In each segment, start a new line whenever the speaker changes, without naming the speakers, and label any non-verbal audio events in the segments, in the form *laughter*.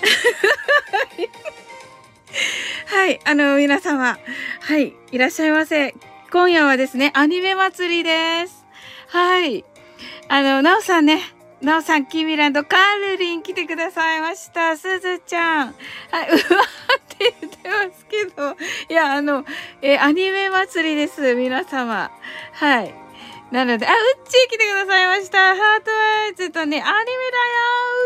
*laughs* はい、あの、皆様、はい、いらっしゃいませ。今夜はですね、アニメ祭りです。はい。あの、なおさんね、なおさん、キミランド、カールリン来てくださいました。すずちゃん。はい、うわーって言ってますけど。いや、あの、えーアニメ祭りです、皆様。はい。なので、あ、うっちー来てくださいました。ハートアイズとね、アニメだよ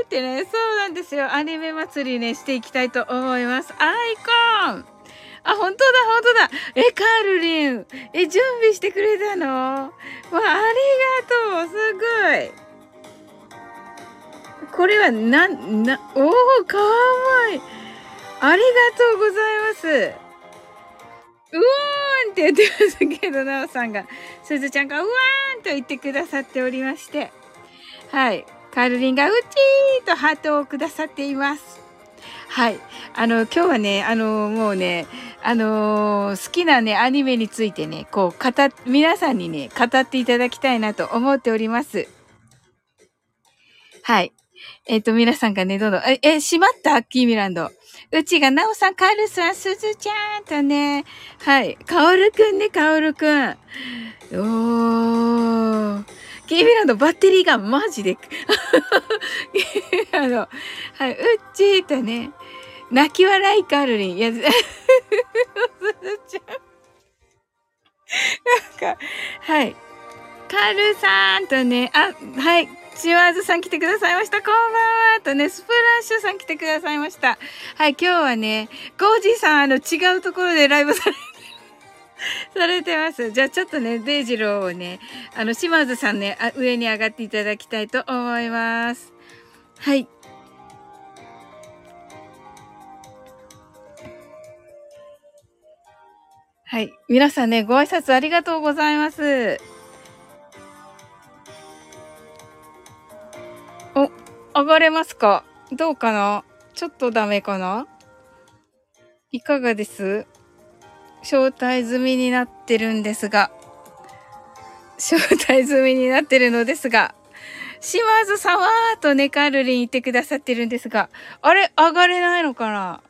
ーってね、そうなんですよ。アニメ祭りね、していきたいと思います。アイコンあ、本当だ、本当だ。え、カールリン。え、準備してくれたのわ、ありがとう。すごい。これは、なん、な、おー、かわいい。ありがとうございます。うおーんって言ってますけど、なおさんが、すずちゃんがうわーんと言ってくださっておりまして、はい。カルリンがうちーとハートをくださっています。はい。あの、今日はね、あの、もうね、あのー好きなね、アニメについてね、こう、語っ、皆さんにね、語っていただきたいなと思っております。はい。えっ、と、皆さんがね、どんどん、え、え、閉まったキーミランド。うちが、なおさん、カールさん、すずちゃんとね、はい。かおるくんね、かおるくん。おー。キーミランド、バッテリーがマジで。キ *laughs* ーミランド、はい。うっちーとね、泣き笑いカールリン。いや、すず *laughs* ちゃん。 *laughs* なんか、はい。カールさんとね、あ、はい。チワーズさん来てくださいました。こんばんは。とね、スプラッシュさん来てくださいました。はい、今日はね、ゴージーさん、あの、違うところでライブされて、されてます。じゃあちょっとね、デイジローをね、あの、島津さんね、あ上に上がっていただきたいと思います。はい。はい。皆さんね、ご挨拶ありがとうございます。お、上がれますかどうかなちょっとダメかないかがです招待済みになってるんですが、招待済みになってるのですが、島津さんはーとね、カルリン言ってくださってるんですが、あれ上がれないのかな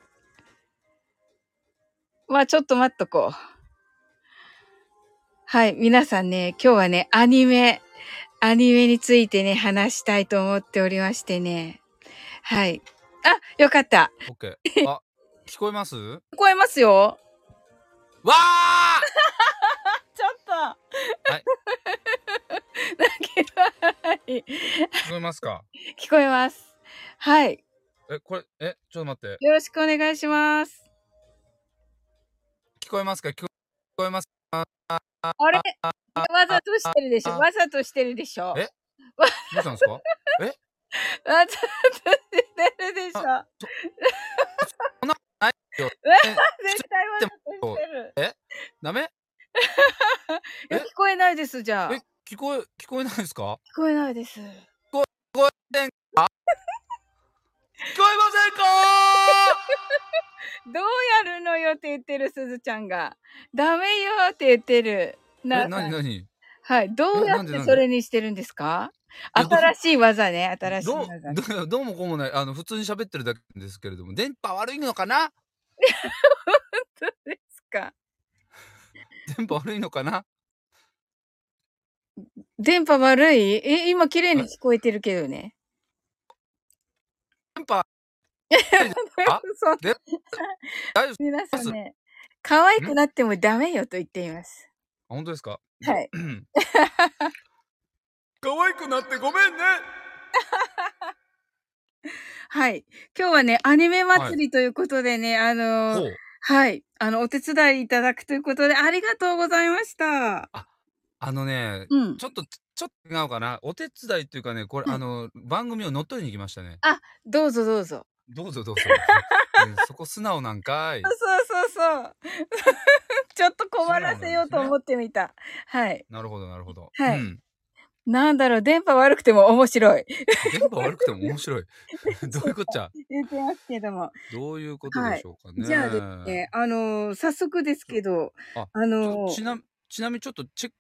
まあちょっと待っとこう。はい、皆さんね、今日はね、アニメ、アニメについてね、話したいと思っておりましてね。はい。あ、よかった。
オ
*laughs*
ッケー。あ、聞こえます？わ
聞こえますよ。
あ！。
ちょっと。はい泣き笑い。
聞こえますか？
聞こえます。はい。
え、これ、え、ちょっと待って。
よろしくお願いします。
聞こえますか？聞こ聞こえます？
あれわざとしてるでしょわざとしてるでしょ
えどうしたんですか？
わざとしてるでしょ
え、
絶対わざとしてる。
ダメ？
いや、聞こえないです、じゃあ。
え
聞、
聞こえ聞こえないですか？
こえないです。
聞こえません
ど
か？
うやるのよって言ってる、すずちゃんが。ダメよって言ってる。
え、なになに？
はい。どうや
なん
って
でなんで
それにしてるんですか
いやどう
新しい技ね。新しい
どう
技。
どどうもこうもない。あの普通に喋ってるだけですけれども、電波悪いのかな？
どうですか
電波悪いのかな？
電波悪いえ、今綺麗に聞こえてるけどね。
電波あ
*laughs* そう
大丈夫ですか？
皆さんね、可愛くなってもダメよと言っています。
あ本当ですか？
はい。
可愛くなってごめんね。
はい。今日はね、アニメ祭りということでね、あのー
ほう。
はい。あの、お手伝いいただくということで、ありがとうございました。
あのね、
うん。
ちょっと、ちょっと違うかな。お手伝いっていうかね、これ、
うん
あの、番組を乗っ取りに行きましたね。
どうぞどうぞ。
どうぞど
*laughs*
うぞ。うんそこ素直なんかい
そう。そうそう。 *laughs* ちょっと困らせようと思ってみた。はい。
なるほど、なるほど。
はい
うん。
なんだろう、電波悪くても面白い。
電波悪くても面白い。 *laughs* どういうこっちゃ。
言ってますけども。
どういうことでしょうかね。
じゃあですね、あのー早速ですけど、あ
あ
のー
ちちな、ちなみにちょっとチェック、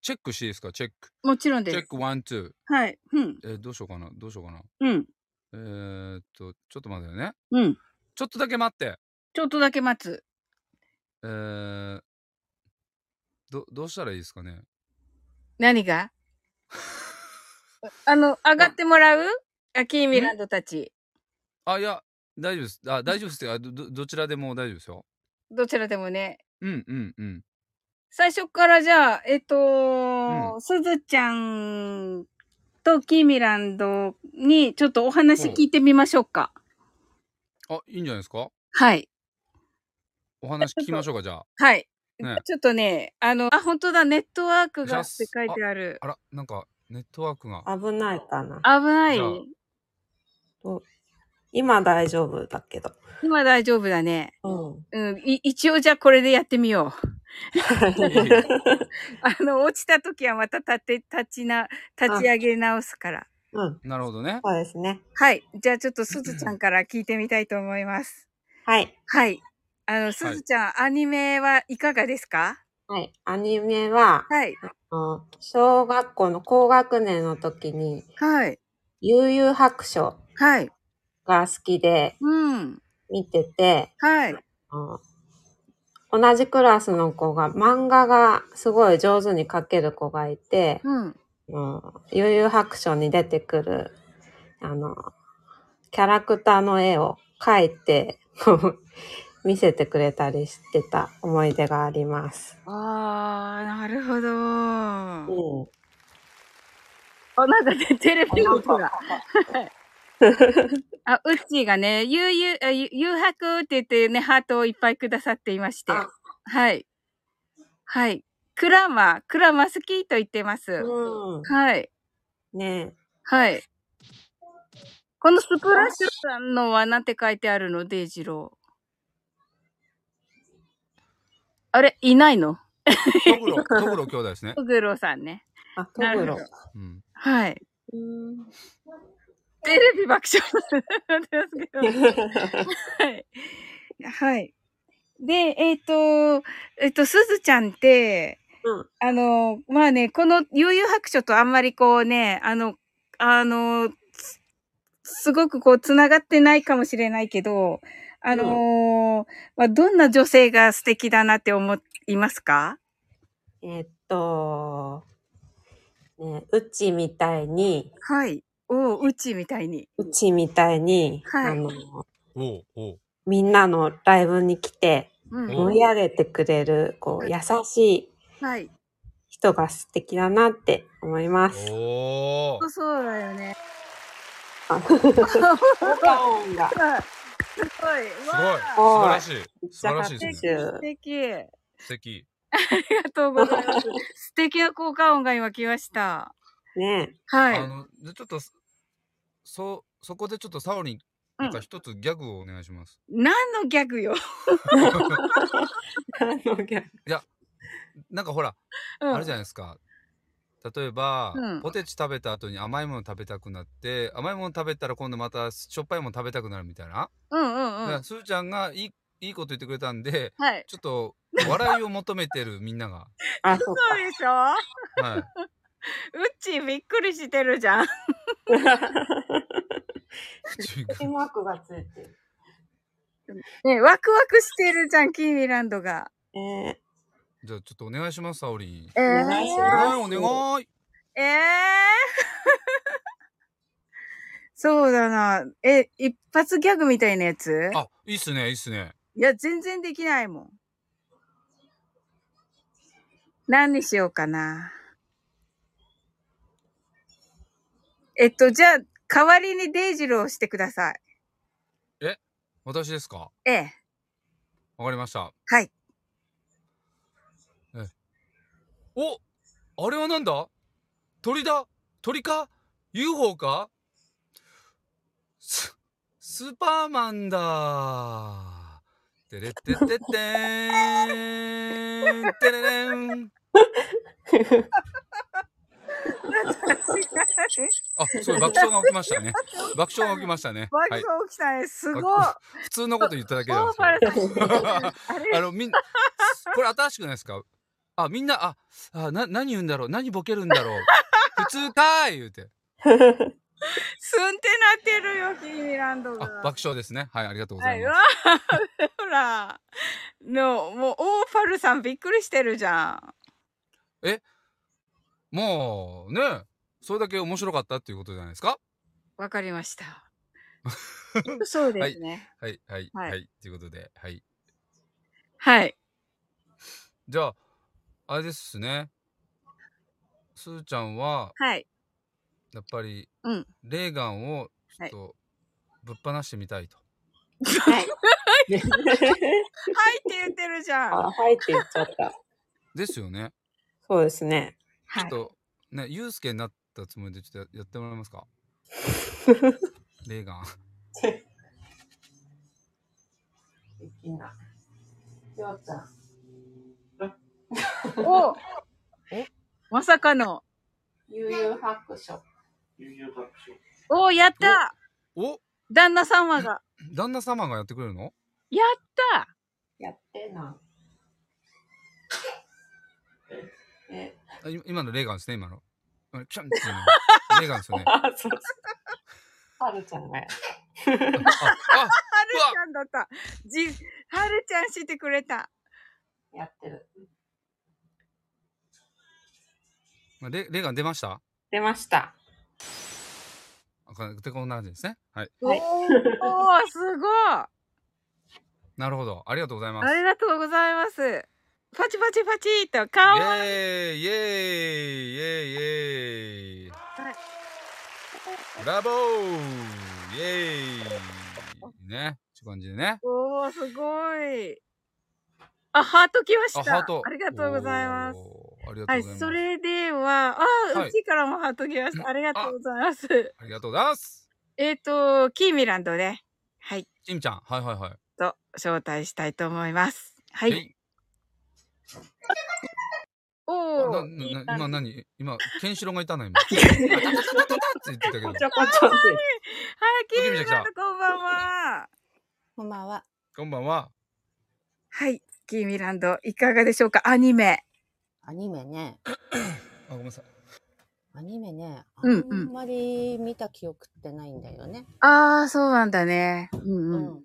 チェックしていいですかチェック。
もちろん
チェ
で
ッ
す。
クワン、ツ
はい。うん。
ー。え、どうしようかな。どうしようかな。
うん。
えー、っと、ちょっと待ってね。
うん。
ちょっとだけ待って。
ちょっとだけ待つ。
えー、ど、どうしたらいいですかね。
何が *laughs* あの、上がってもらうあキーミランドたち。
あ、いや、大丈夫です。あ、大丈夫ですってあど、どどちらでも大丈夫ですよ。
どちらでもね。
うん、うん、うん。
最初からじゃあ、えっと、すずちゃんとキーミランドにちょっとお話聞いてみましょうか。
あ、いいんじゃないですか
はい。
お話聞きましょうか、じゃあ。
はい。
ね
ちょっとね、あの、あ、本当だ、ネットワークがっ
ジャス
て書いてある。
あら、なんか、ネットワークが。
危ないかな。
危ない
じゃあ。
今大丈夫だけど。
今大丈夫だね。
うん。
うん、い一応じゃあこれでやってみよう。 *laughs* あの、落ちた時はまた立て、立ちな、立ち上げ直すから。
うん。 *laughs*
なるほどね。
そうですね。
はい。じゃあちょっとすずちゃんから聞いてみたいと思います。
はい。
はい。あの、すずちゃん、アニメはいかがですか
はい。アニメは、
はい。
あの小学校の高学年の時に、
はい。
悠々白書
はい。
が好きで
うん。
見てて、
はい。
あの同じクラスの子が漫画がすごい上手に描ける子がいて、
うん。
もう悠々白書に出てくる、あの、キャラクターの絵を描いて、 *laughs* こう見せてくれたりしてた思い出があります。
あー、なるほど。
う
あ、
ん。
なんかね、テレビの音が。 *laughs* あ、うっちーがね、ゆうゆう、あゆ誘白って言ってね、ハートをいっぱいくださっていまして。
あ
はい。はい。クラマ、クラマ好きと言ってます。
うん。
はい。
ねえ
はい。このスプラッシュさんのはなんて書いてあるのデイジロー。あれいないの
トグロ、トグロ兄弟ですね。
トグロさんね。
あ、ト
なる
グ
ほ
ロ
ど。
うん。
はい。
うん。 *laughs*
テレビ爆笑なんですけど。 *laughs* はい。はい。で、えっ、と、えっ、と、すずちゃんって、
うん
あの、まあね、この悠々白書とあんまりこうね、あの、あの、すすごくこう、つながってないかもしれないけど、あのーまあ、どんな女性が素敵だなって思いますか
えっと、ねえ、うちみたいに、
はい。おう、うちみたいに。
うちみたいに、
はい
あの、
おうおう。
みんなのライブに来て
うん。
お
盛り上げてくれる、こう、優しい
はい。
人が素敵だなって思います。
お
そうそうだよね。
あ音が
すごい。す
すごい。素
お
晴らしい。素晴らしいで
めっ
す
ち
ね。
ゃ
素敵。
素敵。
ありがとうございます。 *laughs* 素敵な効果音が今来ました。
ね
はい
あ。の、でちょっと、そ、そこでちょっとサオリン、なんか一つギャグをお願いします。
何のギャグよ。
あのギャグ
なんかほら、
うん
あるじゃないですか。例えば、
うん
ポテチ食べた後に甘いもの食べたくなって、甘いもの食べたら今度またしょっぱいもの食べたくなるみたいな。
うんうん
だか
うん
ら。すーちゃんがいい、いいこと言ってくれたんで、
はい。
ちょっと、笑いを求めてるみんなが。
あ、そ
そうでしょう
はい。
っちーびっくりしてるじゃん。
うか。
*laughs* 口が
チマークがついて *laughs* る。
ね、ワクワクしてるじゃん、キーミランドが。
えー、
じゃあちょっとお願いします、サオリン。
え
願いし
お
ま
ー、
願い、お願い。
えー *laughs* そうだな。え、一発ギャグみたいなやつ
あ、いいっすね、いいっすね。
いや、全然できないもん。何にしようかな。えっと、じゃあ、代わりにデイジローしてください。
私ですか
ええ。
わかりました。
はい。
ええおあれはなんだ鳥だ鳥か ?UFO かス、スーパーマンだてれってってってーんてれれんあ、そう、爆笑が起きましたね。爆笑が起きましたね。
ワ
は
ク
い。
ワクしたね。すごい。
普通のこと言っただけなん
オ
で
ー
す
バル
け
さん。あ
*laughs* ど。あ
れ
の、みん、これ新しくないですかあ、みんな、あ、あな、何言うんだろう何ボケるんだろう普通かーい言うて。
すんってなってるよ、キーミランド
あ、
が。
爆笑ですね。はい、ありがとうご
は
ざい
い、
ま
わ *laughs* あ、ほら。の、もう、オーファルさんびっくりしてるじゃん。
す。もう、ね、それだけ面白かったっていうことじゃないですか。
わかりま
*laughs*
した。そうですね。
はい、はい、
はい
はい、ということで、はい。
はい。
じゃあ、あれですね。すーちゃんは、
はい。
やっぱり、
うん
レーガンを、ちょっと、ぶっ放してみたいと。
はい。
はいって言ってるじゃん。
あ、はいって言っちゃった。
ですよね。
そうですね。
は
ちょっと、ね、ユうスケになったつもりで、ちょっとやってもらえます
*laughs*
かレーガン。 *laughs*
いいな。ようちゃん。
おおまさかの。
悠々白書。
おおやった
お
旦那様が。
旦那様がやってくれるの
やった
やってな。え、
あい今のレーガンですね、今の。あキャンっていうの
*laughs*
レーガンですよね。
*laughs* あ、そうそう。はるちゃんがやった。
あ、あ、
はるちゃんだった。じ、はるちゃんしてくれた。
やってる。
あレレーガン出ました
出ました。
あかてこんな感じですね。はい。
はい
おおすごいあ
なるほど。ありがとうございます。
りがとうございます。パチパチパチっと、か
イ
わいい。
ェーイイェーイイェーイイェーイ
はい
ブラボーイェーイね。って感じでね。
おおすごい。あ、ハート来ました。
あ、ハート。
ありがとうございます。
おー。ありがと
は
う
い、
ございます。
それでは、あ、
はいう
ちからもハート来ました。ありがとうございます。
ありがとうございます。
えっと、キーミランドで、はい、
ちみちゃん。はいはいはい。
と招待したいと思います。はい。お
な、
お、
な、な今何今、ケンシロウがいたの今。あタタタタタタって言ってたけど。
こちょこちょって。
はい、キーミ
おきみち
ラン
ゃん
ド
来
こんばんは。
こんばんは。
こんばんは。
はい、キーミランドいかがでしょうかアニメ。
アニメね。
あ、ごめんなさい。
アニメね。あ
うん
ん
うん
まり見た記憶ってないんだよね。
ああ、そうなんだね。う
うん
うん。
うん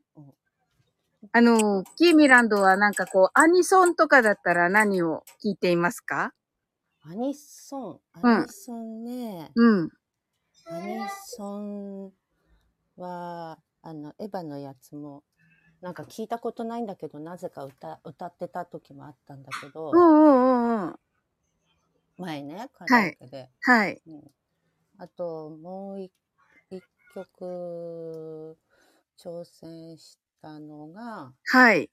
あの、キーミランドはなんかこう、アニソンとかだったら何を聞いていますか
アニソン。
うん
アニソンね。
うん。
アニソンは、あの、エヴァのやつも、なんか聞いたことないんだけど、なぜか歌、歌ってた時もあったんだけど
お、うんうんうん。
前ね、カラオケで。
はい。
うんあと、もうい一曲、挑戦したのが、
はい。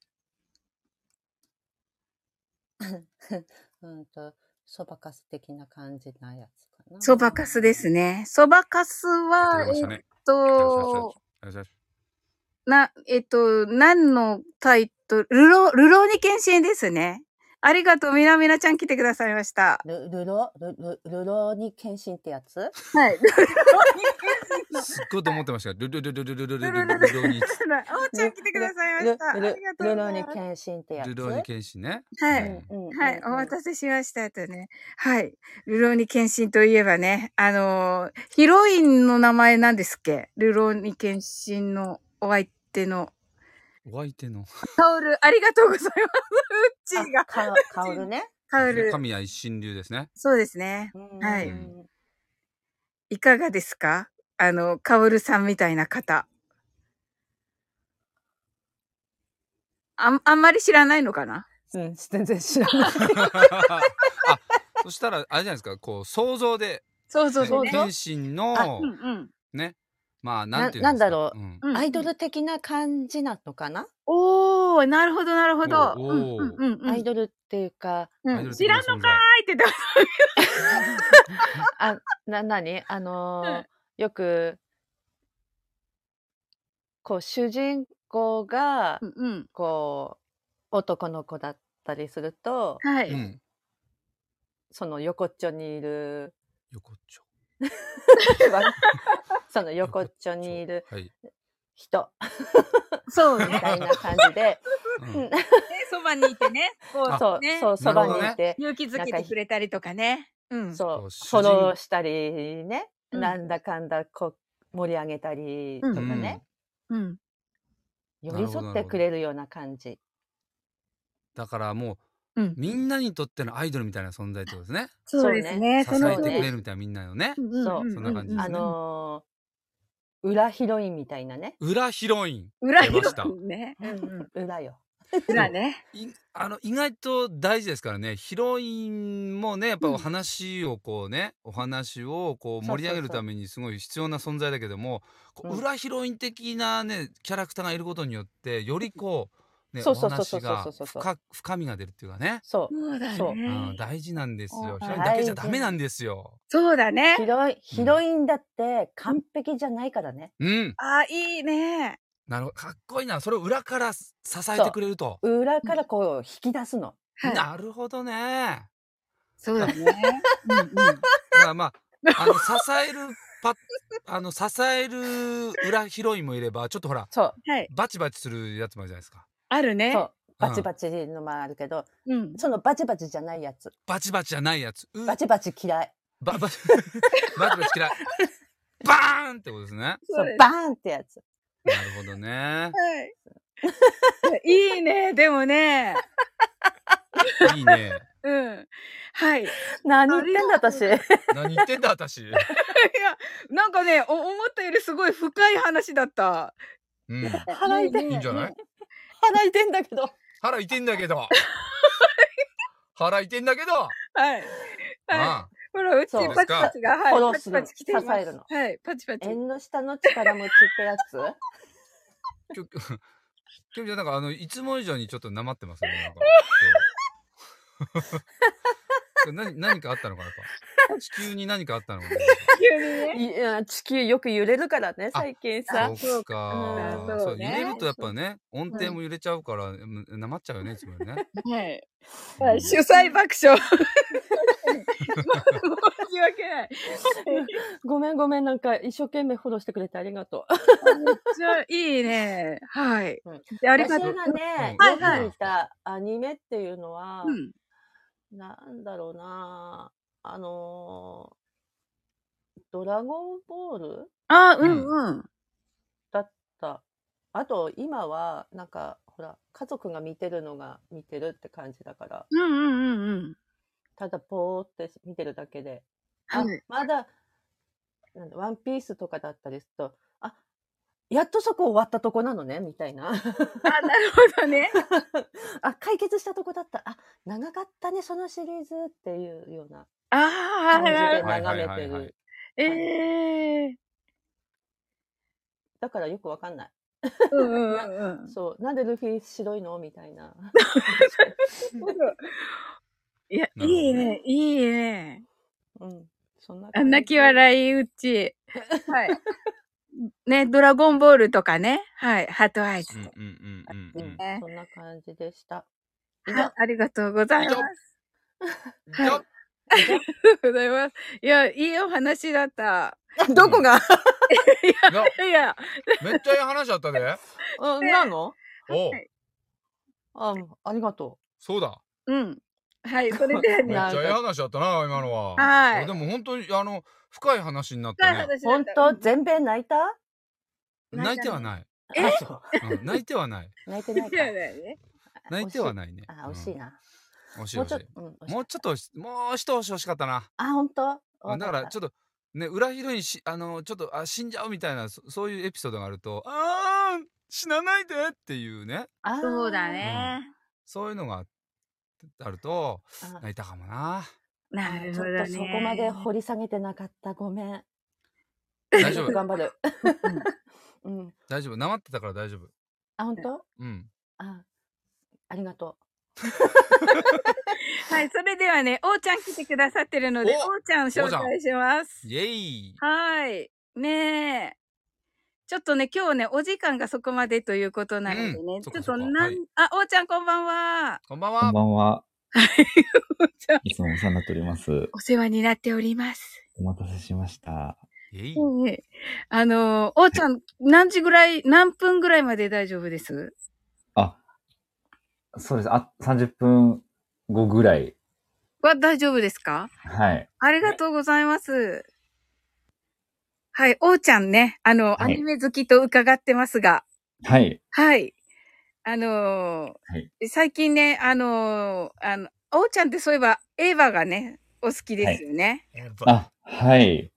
うんと、そばかす的な感じなやつかな。
そばかすですね。そばかすは、
やって
え
ま
っ
したね
と、
ありがとうございます
な、えっと、何のタイトル、ルロ、ルローニケンシンですね。ありがとう、みなみなちゃん来てくださいました。
ルルロルルルロに献身ってや
*laughs*
つ
はい。
すっごいと思ってましたけど、ルルルルルルルルルルルルに、
あおちゃん来てくださいま
ル
した。あり
ル
がとう
ル
ご
ロ
ざい
に
ます。
献身ってやつ
ルローニケンシンね。
は
う
い。
ん
はい、お待
せ。
たせしましたとね。はい。ルローニケンシンといえばね、あのーヒロインの名前なんですっけルローニケンシンのお相手の。
お相手の
タオル、ありがとうございます。うっちー
あ
が。 *laughs*
かカオルね。
タオル、
神谷一心流ですね。
そうですね。はい
うん
いかがですかあの、カオルさんみたいな方。あん、あんまり知らないのかな
うん、全然知らない。
あ、そしたらあれじゃないですか、こう想像で、
そうそうそう。
想像
謙信
あ
の
うんうん。
ね、まあなんていうん
ななんだろう
うん
*laughs*
うん
アイドル的な感じなのかな
おー、なるほど、なるほど。
お
うんう
ー
んうんうん。
アイドルっていう
*laughs*
か、
アイド
うん
ル
知
的
ら
な
の
ん存在
かーいって言ってます
あ、な、なにあのー、よく、こう、主人公が、
うん
こう、男の子だったりすると、
うん。は
う
い。
ん、
その横っちょに
*laughs*
いる、
横っちょ。
その横っちょにいる
はい。
人
そう
み
ね。
*laughs*
たいな感じで、
うん
そばにいてね。こう
あ
そう、
ね
そう、そばにいて、
勇気づけてくれたりとかね。うん。
そうう、
主
フォ
人
ローしたりね、
うん
なんだかんだこう盛り上げたり
う
と
ん
かね、
うん。
寄り添ってくれるような感じ。
だからもう、
うん
みんなにとってのアイドルみたいな存在ってことですね。
そうですね。
支
そ
え
の
てくれるみたいなみんなのね。
うんうん
そう
うん
そんな感じですね
あのー裏ヒロインみたいなね。
裏ヒロイン。
裏
出ました
広くね。
*laughs* 裏よ。
裏ね。
いあの意外と大事ですからねヒロインもねやっぱお話をこうね、お話をこう
そうそうそう
盛り上げるためにすごい必要な存在だけどもこう
うん
裏ヒロイン的なねキャラクターがいることによってよりこう、ね、
そう
お
そうそうそ
話
うそう
が
そうそう
深深みが出るっていうかね、
そう。
そうだ
そう
うん
ね。
大事なんですよ
うん
ヒロインだけじゃダメなんですよ。
そうだね。
ヒロイン、ヒロインだって完璧じゃないからね。
うん、
あ、いいね。
なるほどかっこいいなそれを裏から支えてくれると。
裏からこう引き出すの。
はい。
なるほどね。
そうだね。うんうん
まあまあ、あの、支えるパ、あの、支える裏ヒロインもいれば、ちょっとほら、
そう。
はい。
バチバチするやつもあるじゃないですか。
あるね
そ。う。バチバチのもあるけど、
うん。
そのバチバチじゃないやつ。
バチバチじゃないやつ。う
バチバチ嫌い。
*laughs* ババチバチバチ嫌い。バーンってことですね。な
そう
です
バーンってやつ。
るほどね。
はい。 *laughs* いいね。でもね。
いいね。
うん。はい。い *laughs* や、
何言ってんだ私。
何言ってんだ、私。
なんかね、お思ったよりすごい深い話だった。
うん。
腹痛い。
いいんじゃない
腹痛いんだけど。
腹痛いんだけど。腹痛いんだけど。
はい。はい。
まあ、
ほら、うち
そう
パチパチが、はい。
フォロ
パ
ーす
チ
る
パチ来ています。
支えるの
はい。パチパチ。
縁の下の力持ちってやつ。
きょ、きょ *laughs* きょみちゃん、なんか、あの、いつも以上にちょっとなまってますね。
*laughs*
なんか *laughs* 今日何、何かあったのかなやっぱ地球に何かあったのかな
*laughs* 急にね。
*laughs* いや地球よく揺れるからね、
あ
最近
あ
さ。
そうか
う。ん
そ
そうう
揺
ね
れるとやっぱね、音程も揺れちゃうから、なまっちゃうよね、いつもよりね。
*laughs* はい。
うん
主催爆笑。
*laughs*
申し訳ない。
ごめんごめん、なんか一生懸命フォローしてくれてありがとう。
めっちゃいいね。はい
うん。
であり
私
がとう。
がね、
はい
よ
はい
く見たアニメっていうのは、
うん。
なんだろうなあのードラゴンボール
あ、うんうん。
だった。あと、今は、なんか、ほら、家族が見てるのが見てるって感じだから、
うんうんうんうん。
ただぽーって見てるだけで、あ
はい。
まだ、なんだワンピースとかだったりすると、あ、やっとそこ終わったとこなのね、みたいな。
あ、
*laughs*
なるほどね。
あ、解決したとこだった。あ、長かったね、そのシリーズっていうような
*laughs* あ
感じで
あ、
眺め
はいは
て
いはいはい
る。
ええー。
だからよくわかんない。
うんうんうんうん。
そう、なんでルフィ白いのみた
*laughs*
いな。
いや、
なるほどね
いいね、いいね。
うん。そんな
あんな気
い。
笑いうち。 *laughs* はい。ね、ドラゴンボールとかね。はい。ハートアイズ
うん
とか。
うんうん
う
うんん。
ね
そんな感じでした。
はいありがとうございます。
じゃ
ありがとうございます。いや、いいお話だった。
*laughs* どこが、
いや
いや、
めっちゃいい話だったで。
*laughs* うん、なの
おう
はい
あ、ありがと
そうだ。
うん。 *laughs* はい、それで
う。
めっ
ね、
ちゃいい話だったな、今のは。
はい
でも本当に、あの、深い話になっ
深い
た
話
ね
だ。った
本
*laughs*
当全米泣いた
泣いてはない。
え
あそう
うん泣いてはない。
泣いて
い *laughs*
ないか
や。だよね。
泣いてはないね。
あ、惜しいな。
うん。惜しい
もうちょ
惜し
っと、うん、惜
い。
しい
もうちょっと惜し、もう一押し欲しかったな。
あ、本当
だからち
ょっ
ょっとね裏ヒロインしあのちょっとあ死んじゃうみたいなそそういうエピソードがあると「あー死なないで!」っていうね
と
そうだ。ね。
そういうのがあると
あーあ
泣いたかもな
なる
ち
ほど
ょ
ね。
っとそこまで掘り下げてなかった。ごめん。
大丈夫
頑張る。 *laughs* うん。
大丈夫なまってたから大丈夫
あ、本当
うん
あ、ありがと
*laughs* はい、それではね、おうちゃん来てくださってるので、
お
おうちゃん紹介します。
イエイ
はい。ねえ。ちょっとね、今日ね、お時間がそこまでということなのでね、
うん
ち
そ
ょ
っか
っ
そっ
と
か
なん、
はい
あ、おうちゃんこんばんは。
こんばん
こん
は
ばんは。
おうちゃん、
いつもお世話になっております。
お世話になっております。
お待たせしました。
イエイ
ええ *laughs* あの、おうちゃん、何時ぐらい、何分ぐらいまで大丈夫です
あ、そうです。あ、30分後ぐらい。
は大丈夫ですか
はい。
ありがとうございます。はい、おうちゃんね、あの、
はい
アニメ好きと伺ってますが、
はい。
はい。あのー
はい
最近ね、あのーあの、おうちゃんってそういえば、エヴァがね、お好きですよね。
あ、はい。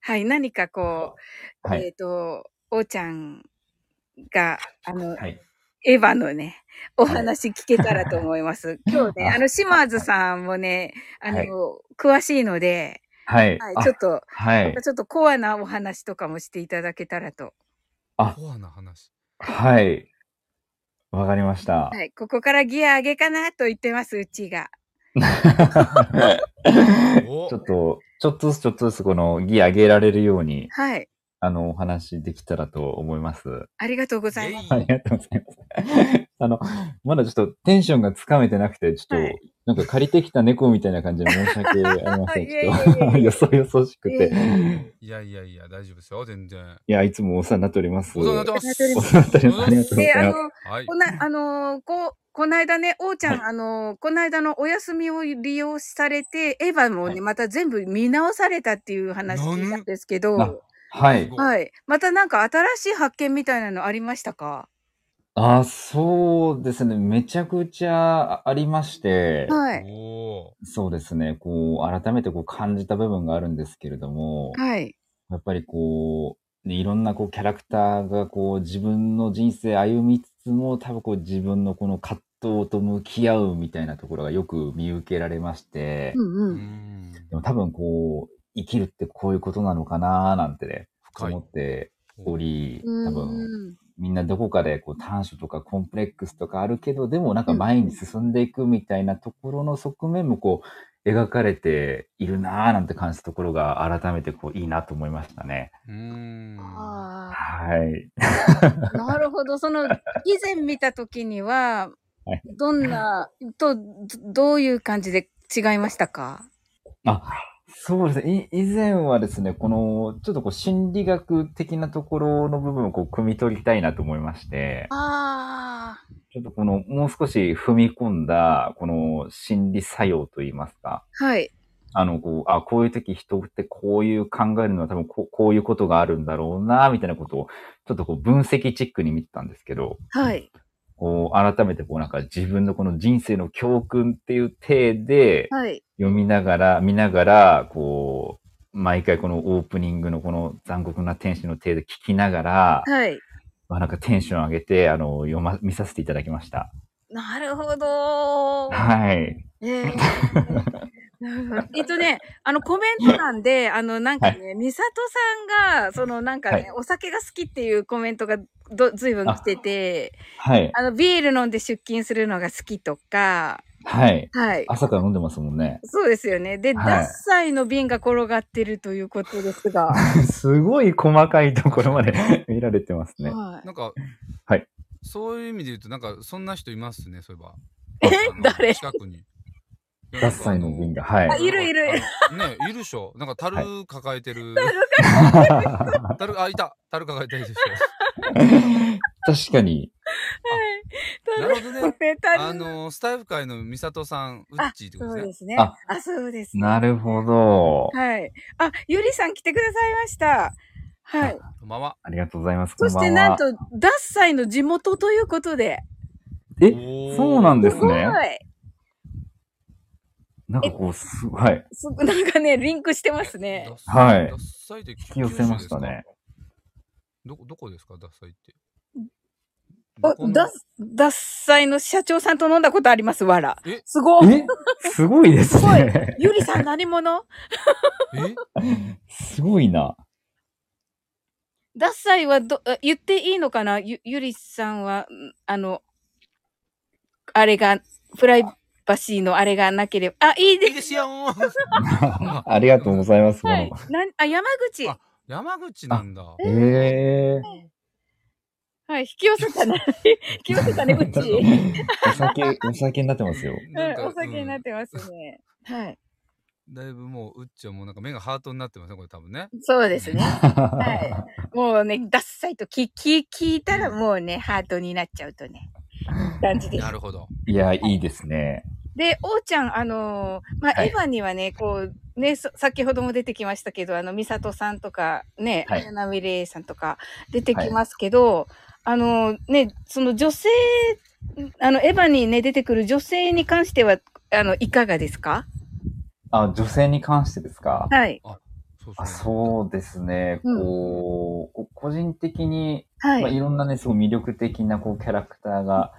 はい、何かこう、
は
え
い。
っ、と、おうちゃんが、あの、
はい。
エヴァのね、お話聞けたらと思い
*laughs*
ます。今日ね、
あ
あの、島津さんもね、あの、
はい
詳しいので、
はい。
はい、
あ
ちょっと、
はい
また。ちょっとコアなお話とかもしていただけたらと。
コアな話。
はい。わかりました。
はい、ここからギア上げかなと言ってます、うちが。
お
ちょっと、ちょっとずつちょっとずつこのギア上げられるように、
はい、
あの、お話できたらと思います。
ありがとうございます。
ありがとうございます。あの、まだちょっとテンションがつかめてなくて、ちょっと、
はい
なんか借りてきた猫みたいな感じで申し訳ありません。
いえいえ
ち
い
ょ
え
っと、よそよそしくて
い。
いやいやいや、大丈夫ですよ、全然。
いや、いつもお世話になっております。
お世話になってます。
お
世話になってますありがとうござ
で、
い
あ
ます
の、
はい
こ。な、あのーこ、この間ね、おうちゃん、あのーこの間のお休みを利用されて、エヴァも
は
ね、
い
また全部見直されたっていう話聞いたんですけ
な
ど、
はい。
はい。またなんか新しい発見みたいなのありましたか
あ、そうですね。めちゃくちゃありまして、
はい。
お
そうですね。こう、改めてこう感じた部分があるんですけれども、
はい。
やっぱりこう、ね、いろんなこうキャラクターがこう自分の人生歩みつつも多分こう自分のこの葛藤と向き合うみたいなところがよく見受けられまして、
うん
ーう
うん。
ん。
でも多分こう生きるってこういうことなのかなーなんてね、
深い
思。っており、
う
多
ん
分みんなどこかでこう短所とかコンプレックスとかあるけど、でもなんか前に進んでいくみたいなところの側面もこう描かれているなーなんて感じたところが改めてこういいなと思いましたね。
うーん。
あ
はい。
あ、なるほど。その、以前見た時には
*laughs* はい、
どんな、と、どどういう感じで違いましたか
そうですね。い以前はですね、この、ちょっとこう心理学的なところの部分をこう、汲み取りたいなと思いまして、
ああ、
ちょっとこの、もう少し踏み込んだ、この心理作用といいますか、
はい。
あの、こう、あ、こういう時人ってこういう考えるのは多分こうこういうことがあるんだろうな、みたいなことを、ちょっとこう、分析チックに見てたんですけど、
はい。
こう、改めてこう、なんか自分のこの人生の教訓っていう体で、
はい。
読みながら、見ながら、こう、毎回このオープニングのこの残酷な天使の手で聞きながら、
はい。
まあ、なんかテンション上げて、あの、読ま、見させていただきました。
なるほど。
はい。
え
*laughs*
ええっとね、あのコメント欄で、あのなんかね、美里さんが、そのなんかね、
はい
お酒が好きっていうコメントがどずいぶん来てて、
はい。
あのビール飲んで出勤するのが好きとか、
はい。
はい。。
朝から飲んでますもんね *laughs*
そうですよね。で、
はい
ダッサイの瓶が転がってるということですが、
すごい細かいところまで *laughs* 見られてますね。
はい
なんか、
はい。
そういう意味で言うと、なんか、そんな人いますね、そういえば。
*laughs* え
あの
誰
近くに。
ダッサイの瓶が。は
あ
い。
いるいるいる
あの。ね、いるでしょ。なんか、樽抱えてる。樽、あ、いた。樽抱えてるでし
*laughs* 確かに。
*laughs*
ょ。なるほどね。
ペタル
あの、スタイフ界の美里さん、ウ
あ
ッチーってこと
そう
です
ですね。
ね。
あ
あ、
そうです、ね。
なるほど。
はい。あ、ゆりさん来てくださいました。はい。
こんばんは。
ありがとうございます。
そしてなん
こんばんは。
と、ダッサイの地元ということで。
え、そうなんですす
ごい
ね。なんかこう、す、はい。
すごなんかね、リンクしてますね。
はい
ダッサイで
引き寄せましたね。
どこ、どこですか、ダッサイって。
あ
どこの
ダッ、ダッサイの社長さんと飲んだことあります、わら
え。
すごい。
え、 *laughs* すごいですね。
ゆりさん何者
え
*laughs* すごいな。
ダッサイはど、あ言っていいのかなゆ、ゆりさんは、んあの、あれが、プライバシーのあれがなければ、あ、いい
いい
で
ですよ
ありがとうございます。
す。はい。なん、あ、山口。
あ *laughs* 山口なんだ。
ええ
はい、引き寄せ
*laughs*
たね。引き寄せたね、うち。 *laughs*
お酒、お酒になってますよ。
うん
なんか
お酒になっ
うん
てますね。はい。
だいぶもう、うっちはもうなんか目がハートになってますね、これ多分ね。
そうですね。はい。もうね、ダッサイと聞き、聞いたらもうね、ハートになっちゃうとね。感じです
な。るほど。
いや、いいですね。
で、おうちゃん、あのーまあ、
はい
エヴァにはね、こう、ね、そ先ほども出てきましたけど、あの、美里さんとか、ね、
はい
花見玲さんとか出てきますけど、あの、ね、その女性、あの、エヴァにね、出てくる女性に関しては、あの、いかがですか
あ、女性に関してですか
はい。
そう
あ
そう。
そうですね。
うん
こう、こ個人的に、ま
は
あ、
い。
いろんなね、すごい魅力的なこうキャラクターが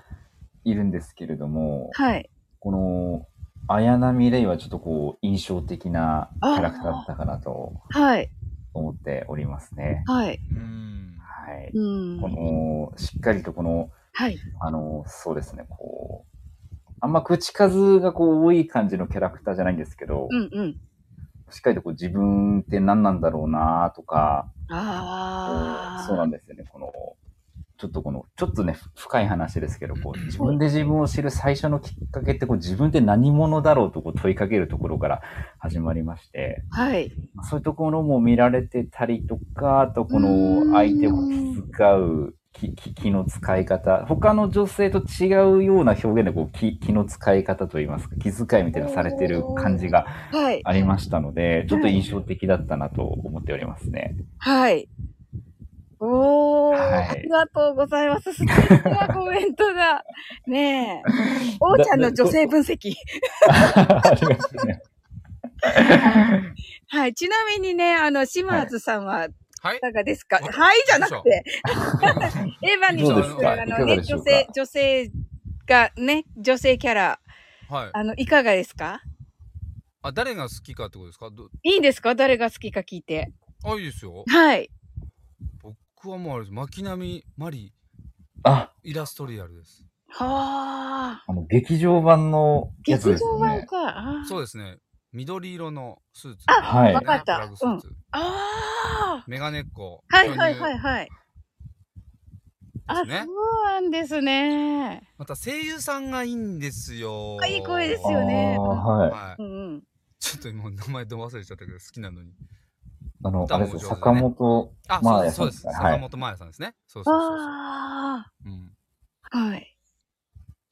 いるんですけれども、
はい。
この、綾波レイはちょっとこう、印象的なキャラクターだったかなと
はい。
思っておりますね。
はい。
うん。
はい。
うん。
この、しっかりとこの、
はい。
あの、そうですね、こう、あんま口数がこう多い感じのキャラクターじゃないんですけど、
うんうん。
しっかりとこう自分って何なんだろうなとか、
ああ。
そうなんですよね、この、ちょっとこの、ちょっとね、ふ深い話ですけど、こう、自分で自分を知る最初のきっかけって、こう、自分って何者だろうとこう問いかけるところから始まりまして、
はい。
そういうところも見られてたりとか、あとこ
うーん
の相手を使う気気気の使い方、他の女性と違うような表現でこう気気の使い方といいますか、気遣いみたいなのされてる感じが
はい。
ありましたので、ちょっと印象的だったなと思っておりますね。
はい。おー、
はい
ありがとうございます。素敵な
*laughs*
コメントだ。ねえ。おーちゃんの女性分析。
ありがとうございます
はい。ちなみにね、あの、島津さんは、い
はい。 *laughs*
かがですか、
はい
はいじゃなくて、エヴァに
ど
関
で
う
す
し
か
ては、あの
いかが
ね、
でしょ
女
うか
性、女性がね、女性キャラ、
はい。
あの、いかがですか
あ、誰が好きかってことですかど
いいんですか誰が好きか聞いて。
あ、いいですよ。
はい。
僕はもうあれです。巻波マリ
*laughs* あ、
イラストリアルです。
はあ。
あの、劇場版のやつ
劇
です
場
よ
版
ね。
か。あー
そうですね。緑色のスーツ。
あ
はい
わかった
プラグスーツ。
ああ。
メガネっ子。
はいはいは
巨
い
乳
はい。あ、
ですね
そうなんですね。
また声優さんがいいんですよ。
あいい声です
あー
よね
はい。
はい。
うんうん。
ちょっと今名前ど忘れちゃったけど好きなのに。
あの、
歌
あ
も上
れ
手で
で
すすね
坂本
あ、
ま
そう
あ
です。そうです。
やっぱりはい
坂本真綾さんですね。そうそうそうそう。
あ
うん。
はい。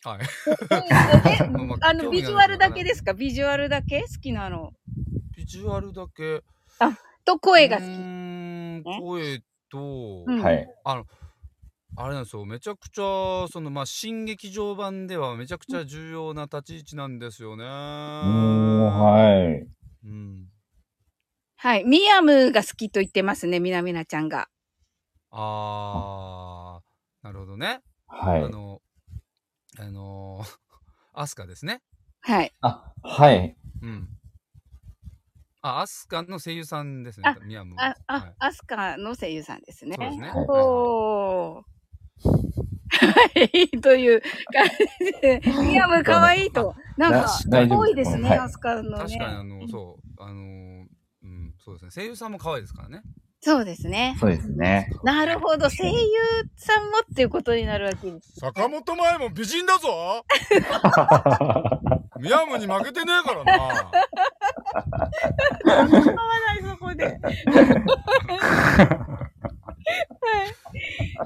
はい。
え *laughs*
まあま
あの、
興味
ビ
が
ジュ
な
ア
い
ル
の
だ
かな
けですかビジュアルだけ好きなの。
ビジュアルだけ。
と、声が好き。
うーん
ね
声と、
うん
はい。
あれなんですよ。めちゃくちゃ、その、まあ、新劇場版ではめちゃくちゃ重要な立ち位置なんですよね。
うーん、はい。
うん。
はい。ミヤムが好きと言ってますね、みなみなちゃんが。
あー、なるほどね。
はい
あ。の、あの *laughs* ー、アスカですね。
はい。
あ、はい。
うん。あ、アスカの声優さんですね
あ。
ミヤム。
あ、
は
あ
い、
アスカの声優さんですね。
そうですね。
はい
おー。はい、という感じ *laughs* で、ミヤム可愛いと、なんか、
大丈夫
多いですね、
はい
アスカの
確
ね
かに。あの、そう、あのー、うん、そうですね。声優さんも可愛いですからね。
そうですね。
そうですね。
なるほど、声優さんもっていうことになるわけです。
坂本前も美人だぞミヤムに負けてねえからな。
合わない、そ *laughs* こで。はい。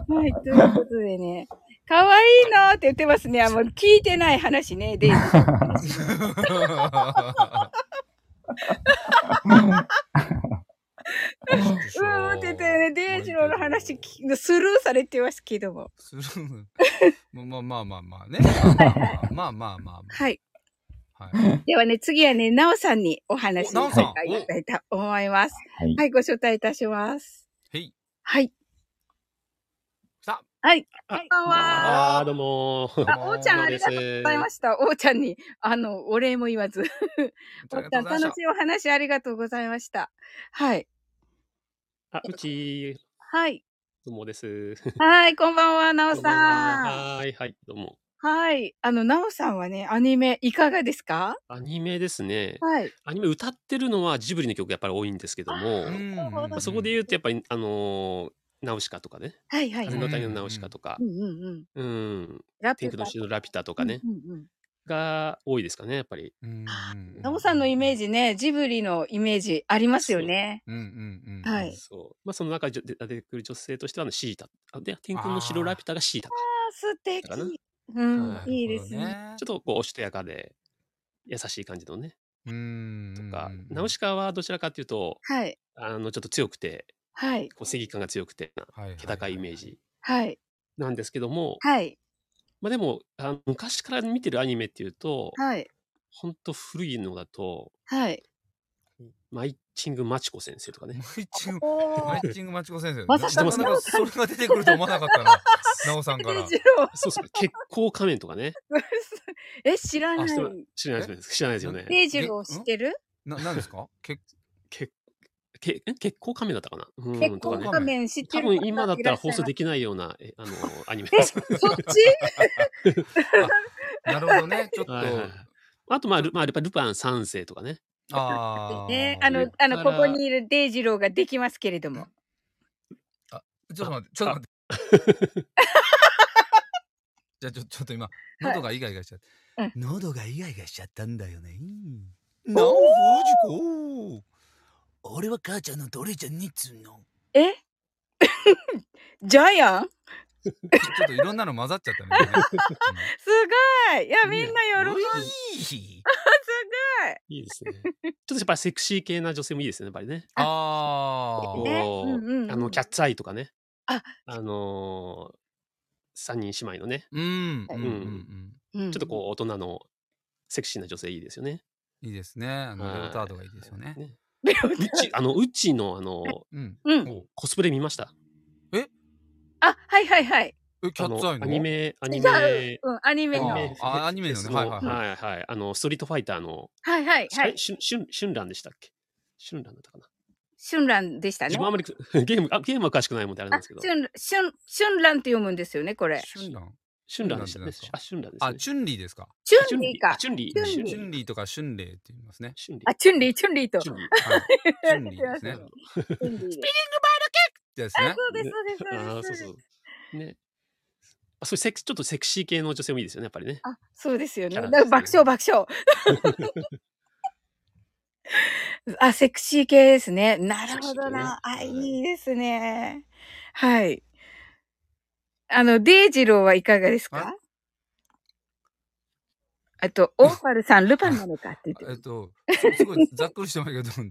はい、ということでね。可愛いなーって言ってますね。あ、もう聞いてない話 *laughs* ね、デイジー。うーんって言ってね、デイジローの話きスルーされてますけども。
するまあまあまあまあね。まあまあま
はい。
あ。はい。
ではね、次はね、ナオさんにお話
お
を
ナオ
さん
伺いたいと思います。
はい。
はい、ご招待いたします。
へい。
はい。
来た。
はい。こ
あ
んばんは。
あーどうもー。 *laughs*
あ、おーちゃん、ありがとうございました。おーちゃんに、あの、お礼も言わず。お
あり
ーち
がと
ゃ、
うんございま
楽しいお話ありがとうございました。はい。
あ、うち、
はい。
*laughs* どうもです。
はい、こんばんは、なお
こんばんは
さん。
はーい、はい、どうも。
はい。あの、なおさんはね、アニメいかがですか
アニメですね。
はい。
アニメ歌ってるのはジブリの曲やっぱり多いんですけども、ま
うん
あそこで
う
言うとやっぱり、あのー、ナウシカとかね。
はい、はい、は
風
い。
の谷のナウシカとか
う、んうんうん。
うん、
ラ
天空の
と
城のラピュタとかね、
うんうんうん
が多いですかね、やっぱり。
ん。
ナオさんのイメー
ジ。
ジね、ジブリのイメージありますよね。
うんうんうん。
はい。
そう。まあその中で出てくる女性としては、あの、シータ。あで、天空の城ラピュタがシータか。
あー、素敵
だからな。
うん、
はい
いいですね。。
ちょっとこう、おしとやかで、優しい感じのね。
うーん
とか、ナウシカはどちらかというと、
はい。
あの、ちょっと強くて、
はい。
こう正義感が強くて、
はい
気高いイメージ
はい。
なんですけども、
はい。
まあでも、あの昔から見てるアニメっていうと、
はい。
ほんと古いのだと、
はい。
マイチングマチコ先生と
*laughs*
かね
マ。イチング
お
マイチングマチコ先生
まさ
か
なかなかそれが出てくると思わなかったななおさん
*laughs*
から
そうそう、結構仮面とかね。
え、知ら
あ
な
知
い
って。ま知らないです知らないですよね。
デイジルを知ってる
ななんですかけ
けけえ結構仮面だったかな。うん
結
とか
婚
ね。
仮面知って
多
る
分今だったら放送
き
できないような、えあの、アニメ
え、 *laughs*
です
そ。っち
なるほどねちょっと
はいはいはいあと、まあ、ルまあ、ルパルパン三世とかね。
あー
ね、あの
上、
あの、
か
こ
ら
こにいるデイジローができますけれども。
ちょっと待ってちょっと待って
*laughs*
じゃあちょちょっと今喉がイガイガしちゃって、
うん
喉がイガイガしちゃったんだよね
おー
なお藤子俺は母ちゃんの奴隷じゃねえっつうの
え *laughs* ジャイアン
ちょちょっといろんなの混ざっちゃったね。
*laughs* すごいいや、みんな喜んで、
喜び。
いいですね。ちょっとやっぱりセクシー系な女性もいいですね、やっぱりね。
ああ
ー
こう、
ねうんうんうん
あの、キャッツアイとかね。
あ
あのー三人姉妹のね、
うん、うん、
う
うんん、うん。
うん
ちょっとこう、大人のセクシーな女性いいですよね。
いいですね。あの、
はい
レオタードがいいですよね。
う。レオ
うち、あの、うちの、あの、
うん。
うん。
お
コスプレ見ました。
あ、はいはいはい。
え、キャッツアイ
あの
の
アニ。メ、アニ
じゃあ
メ、
うん、アニメの。
あ
は
ー
い
あアニメのね
フェス
はいはいは
はいはい。あの、ストリートファイターの、
はいはい。
しゅん、しゅん、しゅんらんでしたっけしゅんらんだったかな。
春蘭でしたね
自分。あまり *laughs* ゲーム、あゲームは詳しくないもんであれなん
あ、
ですけど。
春、春、春蘭って読むんですよね、これ。
シュンラン。
シュンランでした
なん
ね
ですか。
あ、シュンランです
あ、
ね。
チュンリーですか。
チ
あ
ュンリー
あ
か。
チュンリ
チュン
ー。シュ
リ
ンリ
チ
ー
ュンリーとかシュンレイって言いま
*laughs*
すね。
ー。
あ、チュンリー、チュンリーと。
チュンリー。
はい。チュンリーですね。
チュンリーです
です
あ、
ね。
そうです、そうです、そう
ああ
で
ー、
す。
そう
そう
そ
です
う。ね。あ、そういうセクちょっとセクシー系の女性もいいですよね、やっぱりね。
あ、そうですよね。
キャ
な
ラ
ん
です
か
ね
爆笑爆笑。 *laughs* あ、セクシー系ですね。なるほどな。あ、
セクシー系ね
いいですね。はい。あの、デイジローはいかがですかあと、オーファルさん、ルパンなのかって言って
えっ
る。
と、すすごいざっくりしてましたけ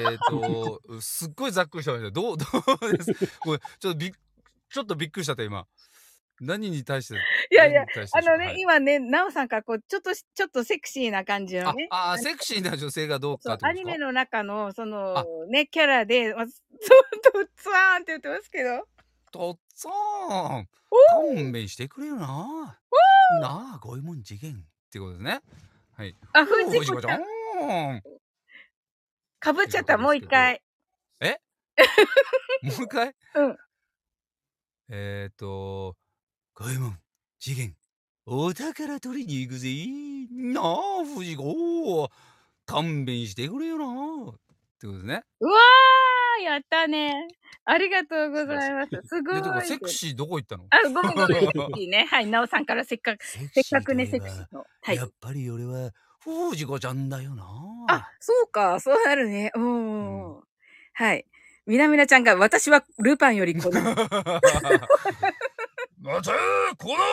*laughs*
ど、えっと、すっごいざっくりしてました。どう、ど *laughs* うですこれ、ちょっとびっ、ちょっとびっくりしちゃった、今。何に対して
いやいや、、あ
何に対してでしょ
の
う
ね、
はい
今ね、ナオさんからこう、ちょっとし、ちょっとセクシーな感じのね。
ああー、セクシーな女性がどう
そ
か
う
ってこと
ア
で
ニ
すか
メの中の、その
あ、
ね、キャラで、 *laughs* まあ、ずっと、ツワーンって言ってますけど。
とっつぁん勘弁してくれよな。なあ、こういうもん次元ってことですね。はい。
あ、
お
藤
ー
子
藤
ちゃん。
んも
かぶっちゃった、もう一回。
う一回
うん
えっと、こういうもん次元、お宝取りに行くぜ。なあ、藤子。勘弁してくれよな。ってことですね。
うわー、やったね。ありがとうございます。すご
で、でも
い。
セクシーどこ行ったの
あ、ごめんごめん。セクシーね。はい、なおさんからせっかく、
セ
せっかくね、
と
セ
いえば
クシーの。はい
や。っぱり俺は、藤子ちゃんだよな。
あ、そうか、そうなるね。うん。ん、はい。みなみなちゃんが、私はルパンよりこ
*laughs*
の。お、
待てコナ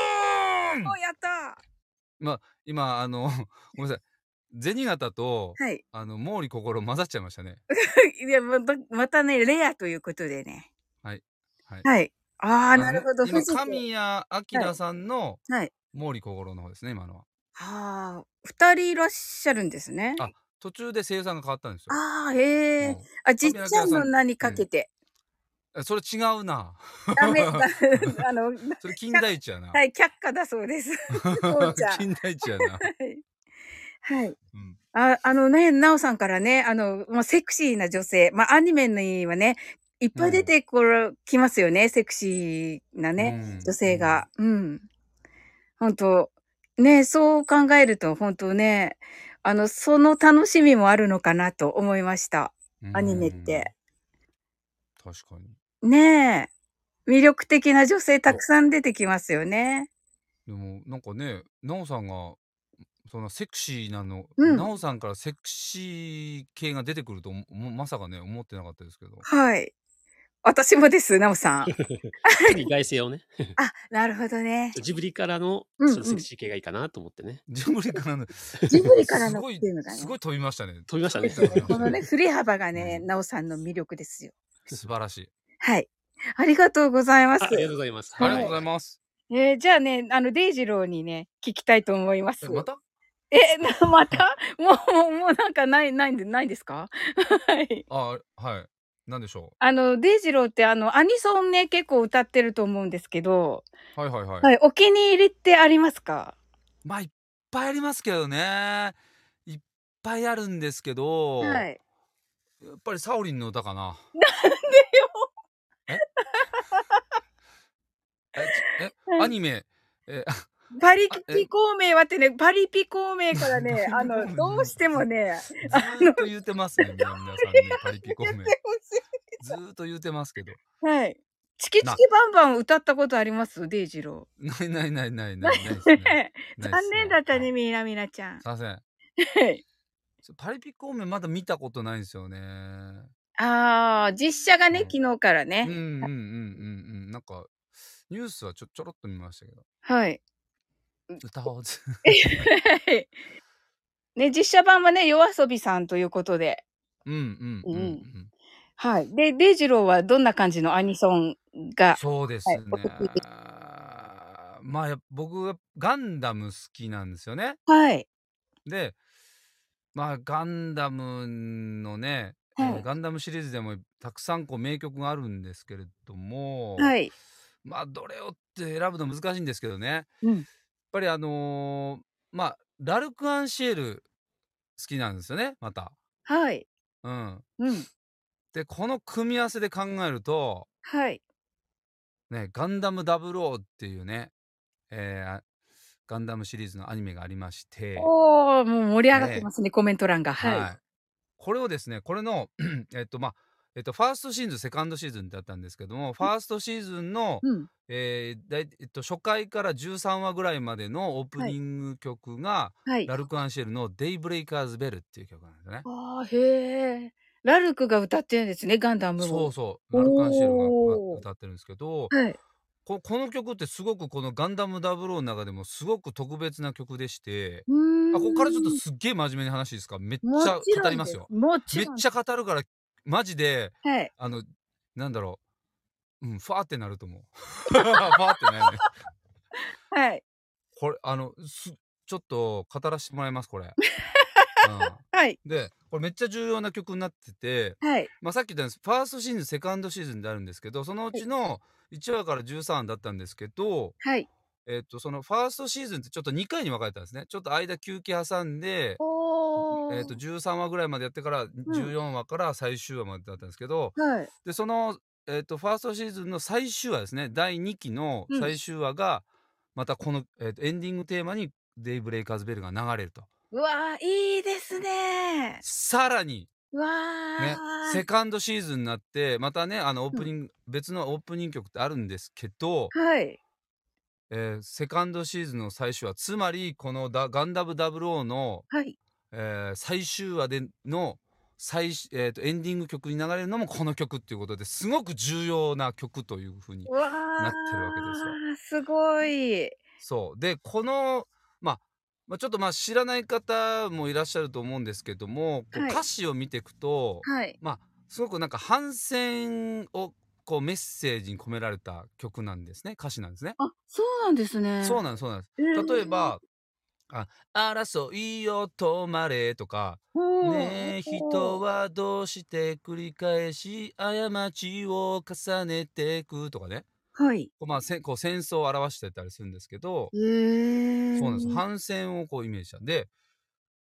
ン
やった
今
*laughs*
あのごめんなさい銭形と
はい。 *laughs*
あの毛利心混ざっちゃいましたね
いや、また、またね、レアということでね。
はいはい
はい。あ
あ
あ、なるほど。
今
藤子
神谷明さんの
はいはい
毛利心の方ですね今のは
ああ、二人いらっしゃるんですね。
あ途中で声優さんが変わったんですよ
ああ、へえ。あ、じっちゃんの名にかけて。
うんそれ違うな
ダメだ。 *laughs* あの、
それ金田一やな、
はい、却下だそうです。こうちゃん
*laughs* 金田一やな、
はい。
うん、
ああのね、なおさんからね、あの、まあ、セクシーな女性、まあ、アニメにはね、いっぱい出てこら、きますよね、セクシーなね、
うん
女性が。うん。本当ね、そう考えると、本当ね、あの、その楽しみもあるのかなと思いました。
うん
アニメって。
確かに
ねえ。魅力的な女性たくさん出てきますよね。
でもなんかね奈緒さんがそんなセクシーなの
うん
奈緒、さんか
*laughs*
らセクシー系が出てくるともまさかね思ってなかったですけど
はい。私もです、ナオさ
*laughs*
ん。
特に意外性をね、
あ、なるほどね。
ジブリからの
うんうん
そのセクシー系がいいかなと思ってね。
ジブリからの。
ジブリからの
すごい
っていうのがね
すごい飛びましたね。
飛びましたね
飛びまし
こ
た *laughs*
のね、振れ幅がね、
うん
ナオさんの魅力ですよ。
素晴
*laughs*
らしい。
はい。ありがとうございます
ああ。りがとうございます。
ありがとうございます。
えーじゃあね、あの、デイジローにね、聞きたいと思います。
えまた
え、なまたもう、もう、もうなんかない、ないんで、ないですか *laughs* はい。
あ、はい。なんでしょ
あの、デイジローってあの、アニソンね、結構歌ってると思うんですけど、
う。はいはいはい。
はい、お気に入りってありますか
まあ、いっぱいありますけどね。いっぱいあるんですけど、
はい。
やっぱりサオリンの歌かな。 *laughs* なんでよ。
*laughs*
ええちえ、アニメ、え、、
パリピ孔明はってね、パリピ孔明からね
*laughs*
あの、どうしてもね、
ずーっと言うてますね、皆さんね、パリピコメ。ずーっと言うてますけど。
はい。チキチキバンバン歌ったことありますデイジロ
ないないないないないないです
ー。 *laughs*
ね。
残念だったね、
み。
みなみなちゃん
すい。ません。そうパリピコメまだ見たことないんですよね。
ああ、実写がね
う、ん
昨日から
うんう
ね。
んうんうんうん。なんか、ニュースはちょちょろっと見ましたけど、
はい。 *laughs*
歌わず。
はいね、実写版はね、夜遊びさんということで。
うんうんうん、
う
う。
んはい。で、デイジローはどんな感じのアニソンが、
そうです
はい
ね
お得意。
まあやっぱ僕はガンダム好きなんですよね。
はい。
で、まあガンダムのね、えー
はい
ガンダムシリーズでもたくさんこう名曲があるんですけれども、
はい。
まあどれをって選ぶの難しいんですけどね。やっ
うん。
ぱりあのーまあラルク・アンシエル好きなんですよねまた。
はい。
うん、
うん。
でこの組み合わせで考えると、
はい。
ね、ガンダム00っていうね、えーあガンダムシリーズのアニメがありまして、
おー、もう盛り上がってますね、コメント欄が。はい。
これをですね、これの、 *clears throat* えっと、まあ、えっと、ファーストシーズン、セカンドシーズンだったんですけども、ファーストシーズンの、
うん。
えーだいえっと、初回から13話ぐらいまでのオープニング曲が、
はい。
ラルク・アンシェルの「デイブレイカーズ・ベル」っていう曲なんですね。
ああ、へえ。ラルクが歌ってるんですね、ガンダムを。
そうそう、ラルク・アンシェル
お
が
ー
歌ってるんですけど、
はい。
ここの曲ってすごくこの「ガンダム00」の中でもすごく特別な曲でして、
うーん
あここからちょっとすっげえ真面目に話していいですかめっち
もち
ゃ
ろんです
語りますよ。
もち
めっ
ろん
ちゃ語るからマジで
はい。
あのなんだろううんファーってなると思う。 *laughs* ファーってなるね。
はい。
これあのすちょっと語らせてもらいますこれ。
はい。
うん、でこれめっちゃ重要な曲になってて、
はい。
まあ、さっき言ったんですファーストシーズンセカンドシーズンであるんですけどそのうちの1話から13話だったんですけど、
はい。
えっとそのファーストシーズンってちょっと2回に分かれたんですね。ちょっと間休憩挟んで、
お
えー、と13話ぐらいまでやってから14話から最終話までだったんですけど、
はい。
でその、えー、とファーストシーズンの最終話ですね第2期の
うん
最終話がまたこの、えーとエンディングテーマに「デイブレイカーズベル」が流れると
うわー、いいですね。
さらに、
うわ
ね、
ー。
セカンドシーズンになってまたねあのオープニング、別のオープニング曲ってあるんですけど、
はい。
えーセカンドシーズンの最終話つまりこのダ「ガンダム00」の「
はい。
えー最終話での最、えー、とエンディング曲に流れるのもこの曲っていうことですごく重要な曲というふうに
うわー。
なってるわけです
よ。すごい。
そうでこの、まあ、まあちょっとまあ知らない方もいらっしゃると思うんですけども、こう
はい
歌詞を見ていくと、
はい。
まあすごくなんか反戦をこうメッセージに込められた曲なんですね歌詞なんですね。
あ、そうなんですね。
そうなんですそうなんです。
えー
例え、ば「あ争いを止まれ」とか
おー
ねえ人。はどうして繰り返し過ちを重ねていくとかね
はい。
こうまあせんこう戦争を表してたりするんですけど、
えー。
そうなんです反戦をこうイメージしたんで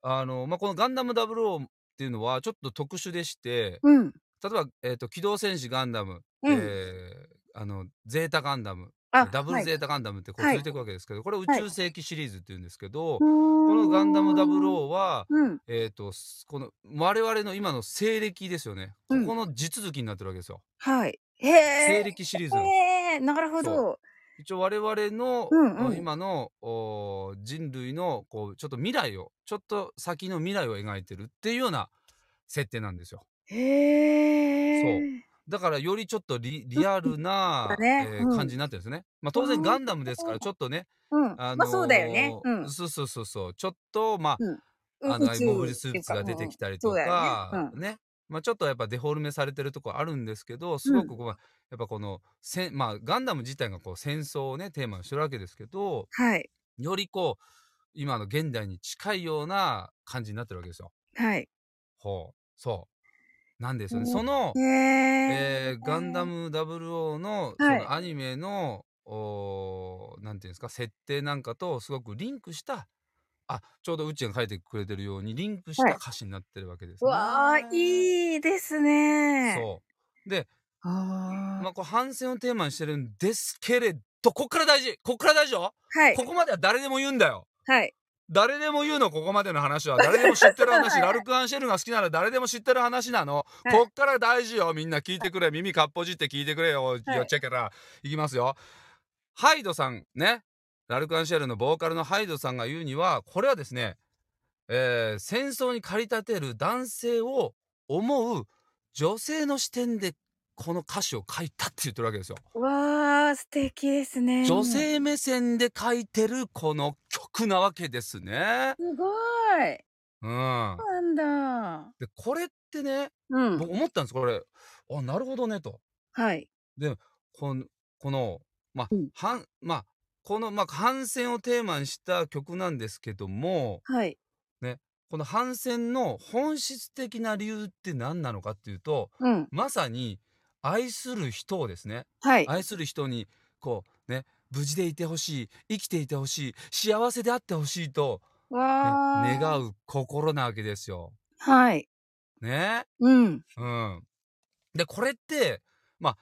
あの、まあ、この「ガンダム00」っていうのはちょっと特殊でして
うん。
例えば、えーと「機動戦士ガンダム」
うん
えーあの「ゼータガンダム」
あ
ダブルゼー
ー
タガンダムってこう
はい
続いていくわけですけど、これ宇
はい
宙世紀シリーズっていうんですけど、こ
こ
の「ガンダム00」は
うん。
えー、とすこの我々の今の西暦ですよね、
うん
ここの地続きになってるわけですよ
はい。へ
西
え。
暦シリーズなんです、
へえ、なるほど。
一応我々の、
うんうん
あの今のおー人類のこうちょっと未来をちょっと先の未来を描いてるっていうような設定なんですよ
へえ。
だからよりちょっとリリアルな、
うんだね
えー
うん
感じになってるんですね。まあ当然ガンダムですからちょっとね、
うん。
あのー
まあそうだよね。うん。
そうそうそうそう。ちょっとまあ、
うん
あの、アイモフ
宇
リ
宙
ス
ってい
ー
う
ツ
か
が出てきたり
う
と
んそうだよね
か、ねまあちょっとやっぱデフォルメされてるとこあるんですけど、すごくこう、やっぱこの、せんまあガンダム自体がこう戦争をね、テーマにしてるわけですけど、
うんはい。
よりこう、今の現代に近いような感じになってるわけですよ。
はい。
ほう。そう。なんですよね。
うん
その、
え
えーガンダム00のそ
はい
のアニメの、おーなんていうんですか設定なんかとすごくリンクしたあちょうどうちが書いてくれてるようにリンクし
はい
た歌詞になってるわけです
う
ね。
わあ、いいですね。
そうで、
う。あ
まあ、こう反戦をテーマにしてるんですけれどこっから大事こっから大事よ、
あ、はい
こ。こまでは誰でも言うんだよ
はい。
誰でも言うのここまでの話は誰でも知ってる話ラルク・アンシェルが好きなら誰でも知ってる話なの、
はい
こっから大事よみんな聞いてくれ耳かっぽじって聞いてくれよ、
はい
よっちゃけらいきますよハイドさんねラルク・アンシェルのボーカルのハイドさんが言うにはこれはですね、えー戦争に駆り立てる男性を思う女性の視点でこの歌詞を書いたって言ってるわけですよ
うわあ、素敵ですね。
女性目線で書いてるこの曲なわけですね
すごい。
うん
そうなんだ。
でこれってね
うん。
僕思ったんですこれあなるほどねと
はい。
このこのまあ、
うん
はんまあこのまあ反戦をテーマにした曲なんですけども
はい。
この反戦の本質的な理由って何なのかっていうと
うん。
まさに愛する人をですね
はい。
愛する人にこうね無事でいてほしい生きていてほしい幸せであってほしいと、ね
わあ、
願う心なわけですよ。
はい。
ね
うん。
うん、でこれってまあ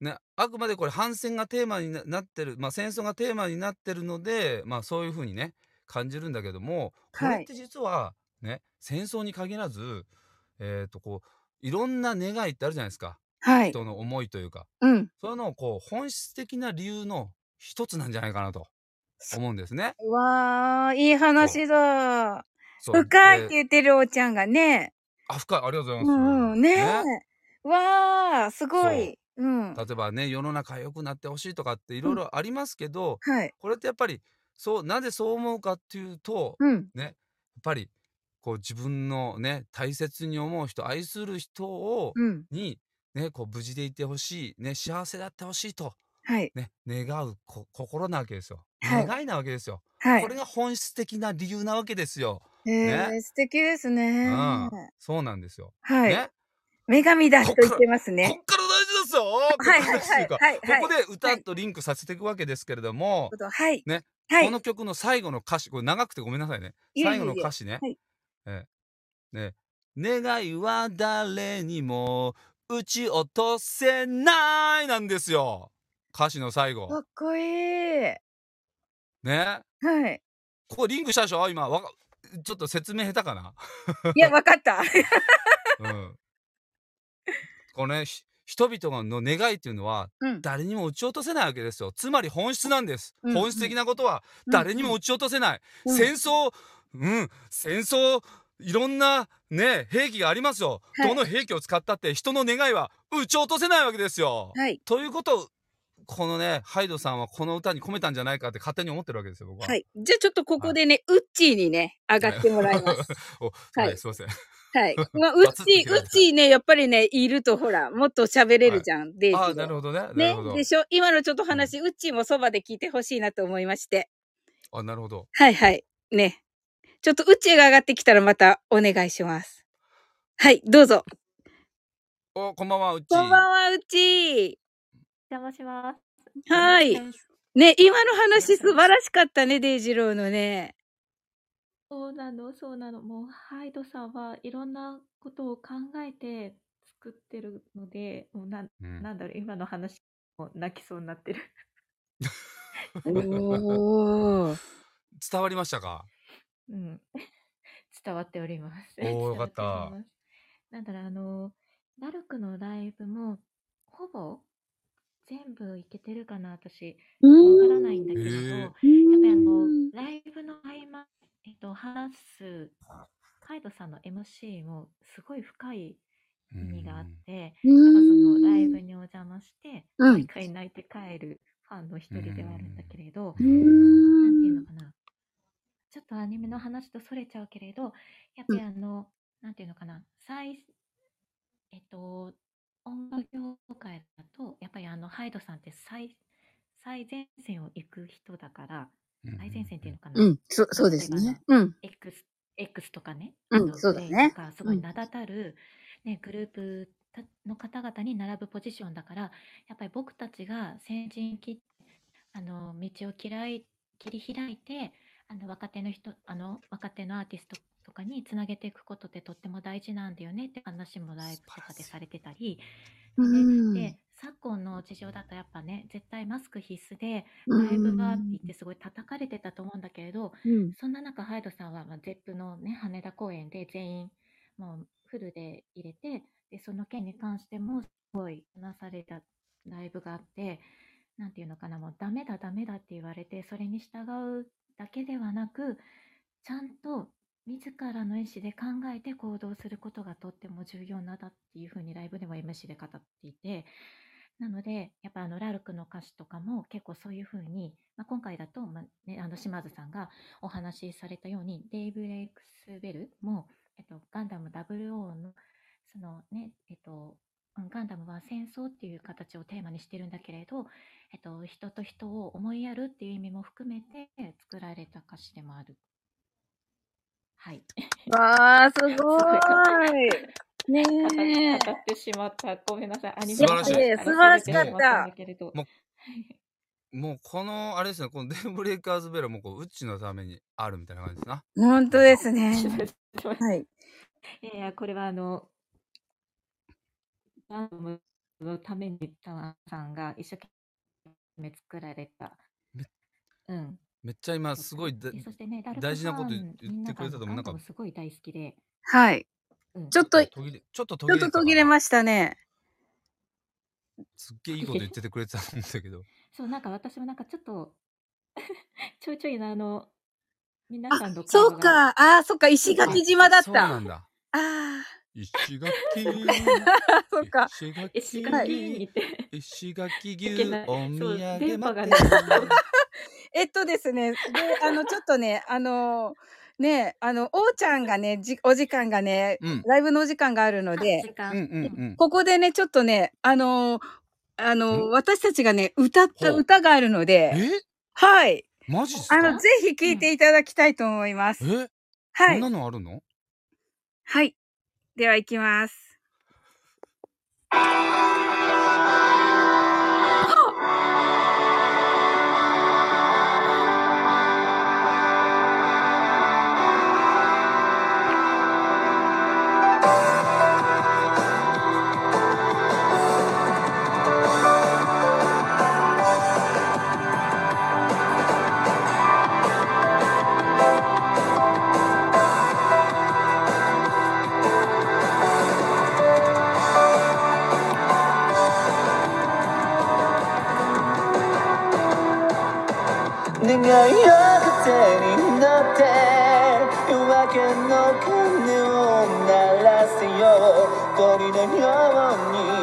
ねあくまでこれ反戦がテーマにななってる、まあ、戦争がテーマになってるので、まあ、そういうふうにね感じるんだけどもこ
は
れ
い
って実は、ね戦争に限らず、えー、とこういろんな願いってあるじゃないですか
はい。
人の思いというか
うん。
そういうのをこう本質的な理由の一つなんじゃないかなと思うんですね。
うわあ、いい話だ。
そう
深い
え
っ
ー
て言ってるおーちゃんがね。
あ深いありがとうございます。
うんうん。ねえ。わあ、すご
そ
い。うん。
例えばね世の中良くなってほしいとかっていろいろありますけど、
はい。
これってやっぱりそうなぜそう思うかっていうと、やっ
うん。
ぱりこう自分のね大切に思う人愛する人を、
うん。
に、ね、こう無事でいてほしい、ね、幸せだってほしいと、
はい。
ね、願うこ心なわけですよ、
はい
願いなわけですよ、
はい
こ。れが本質的な理由なわけですよ、
えー、素敵です
う
ね。
ん、そうなんですよ、
はい。
ね
女神だと言ってます
こ
ね。
っから大事ですよ
はいはいはい
こっから大事とうか
はいはい
ここで歌とリンクさせていくわけですけれども、
はい。
ね
はい。
この曲の最後の歌詞これ長くてごめんなさいね
いえいえいえ
最後の歌詞ね
はい
ええね願いは誰にも打ち落とせない」なんですよ歌詞の最後
かっこいい。
ね *laughs*
はい。
ここリンクしたでしょ今わかちょっと説明下手かな、
いや、わかった。
うん、このねひ人々の願いっていうのは
うん。
誰にも打ち落とせないわけですよつまり本質なんです、
うん
本質的なことは誰にも打ち落とせない、
うん
戦争うん戦争いろんなね兵器がありますよ、
はい
どの兵器を使ったって人の願いは打ち落とせないわけですよ、
はい。
ということをこのねハイドさんはこの歌に込めたんじゃないかって勝手に思ってるわけですよ僕は
はい。じゃあちょっとここでね、ウッチーにね、上がってもらい
*laughs*
ます。
お
はい
はいすいません
はい。まあ、ウッ
バツッ
チー、ウ
て開い
ッ
た
チーね、やっぱりね、いるとほら、もっと喋れるじゃん。デー
あ
ジ
ーな
で
る。ほどねなる
ね
ほど、、
でしょ今のちょっと話、ウッチーもそばで聞いてほしいなと思いまして。
あなるほど
はいはい。ね。ちょっとウッチーが上がってきたらまたお願いします。はい、どうぞ。
おこんばんはうち
こんばんは、ウッチー。
邪魔します。
はい。ね、今の話素晴らしかったね、デイジローの
*laughs*
ね。
そうなの、そうなの。もう、ハイドさんはいろんなことを考えて作ってるので、もうなん
うん
なんだろう、今の話も泣きそうになってる。
おー。
伝わりましたか
うん。 *laughs* 伝わっております。 *laughs*
おーよかった
伝わております。なんだろう、あの、ラルクのライブも、ほぼ全部いけてるかな、私。わからないんだけれど、
へー
やっぱりあの、ライブの合間、えっと、話す、カイドさんの MC もすごい深い意味があって、やっぱそのライブ
はい
毎回泣いて帰るファンの一人ではあるんだけれど、
うー
なんていうんのかな。ちょっとアニメの話とそれちゃうけれど、やっぱりあの、なんていうのかな、最、えっと、音楽業界だと、やっぱりあの、ハイドさんって最、最前線を行く人だから、最前線っていうのかな。
うん、そ、そうですね。うん。
X、X とかね。
うん
あと
そうだね
Play とかすご
う
い
ん
名だたる、ね、グループたの方々に並ぶポジションだから、やっぱり僕たちが先陣切って、あの、道を嫌い、切り開いて、あの、若手の人、あの、若手のアーティストとかにつなげていくことってとっても大事なんだよねって話もライブとかでされてたり、
うん
で、昨今の事情だとやっぱね、絶対マスク必須で、
うん
ライブがって言ってすごい叩かれてたと思うんだけれど、
うん。
そんな中、ハイドさんは、まあ、ZEP のね、羽田公演で全員、もうフルで入れて、で、その件に関しても、すごい話されたライブがあって、なんていうのかな、もうダメだ、ダメだって言われて、それに従うだけではなく、ちゃんと自らの意思で考えて行動することがとっても重要なんだっていうふうにライブでは MC で語っていて、なので、やっぱあの、ラルクの歌詞とかも結構そういうふうに、まあ、今回だと、まあね、あの、島津さんが、お話しされたように、デイブレイクスベルも、えっと、ガンダム00の、そのね、えっと、うんガンダムは戦争っていう形をテーマにしてるんだけれど、えっと、人と人を思いやるっていう意味も含めて作られた歌詞でもある。はい。
わあ、すご
*laughs* すごい
い。ね
語
え。
語ってしまった。ごめんなさい。アニ
素
メ
晴らしい
素晴らし
かった
だけれど。
もうもうこのあれですねこのデンブレイカーズベルはもうこうウッチのためにあるみたいな感じですな
本当ですね。
*laughs*
はい
はい。
いやいや、これはあの、ガンダムのためにタワーさんが一生懸命作られた。
め
うん。
めっちゃ今すごいだ
でそしてね、ダルク
大事なこと
ファ
言
ン
言ってくれたと思う
みん
な
ながあの
んか
ガンダムすごい大好きで。
はい。
うん
ちょっと、ち
途切れちょっと
ょ
途
っ
切れ
と途切れ
す
ましたね。
すっげえいいこと言っててくれてたんだけど
そう、なんか私もなんかちょっと、 *laughs* ちょいちょいな、あの、皆さんの
そう
会話が。
か。ああ、そっか。石垣島だっ
そう
た。
な
あ
んだ
あ
石垣
ー、そっか。
石垣
石
は
垣に行って、
石垣
い
牛
けない
お土
そう
産
電波が
待
ね
ってる
えっとですね、で、あの、ちょっとね、あの、ね、あの、おうちゃんがね、じ、お時間がね、
うん
ライブのお時間があるの
あ
で、
*laughs* 時間
うんうんうん
ここでね、ちょっとね、あのーあのー
ん
私たちがね、歌った
ほう
歌があるので、
え
はい。
マジっす
あ
か
の、ぜひ聴いていただきたいと思います。
え
は
こん
い
な。のあるの
はい。では、行きます。
願いは風に乗って夜明けの鐘を鳴らすよ鳥のように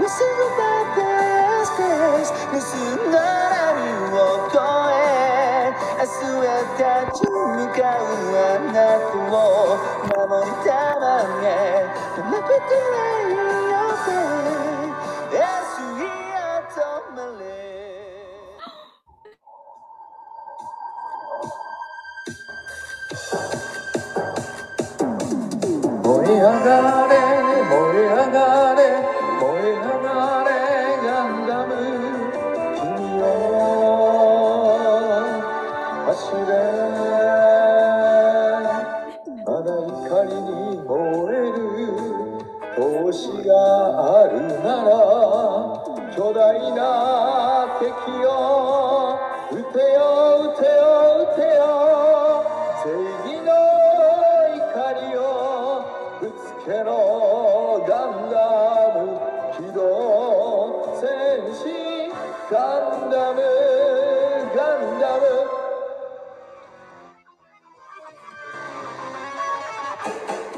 We sing about this place 無数な波を越え明日へ立ち向かうあなたを守りたまえ Don't let me delay your day 明日へ止まれ
燃え上がれ燃え上がれ燃え上がれガンダム君を走れまだ怒りに燃える闘志があるなら巨大な敵を撃てよ撃てよ撃てよ正義の怒りをぶつけろガンダム機動戦士ガンダムガンダム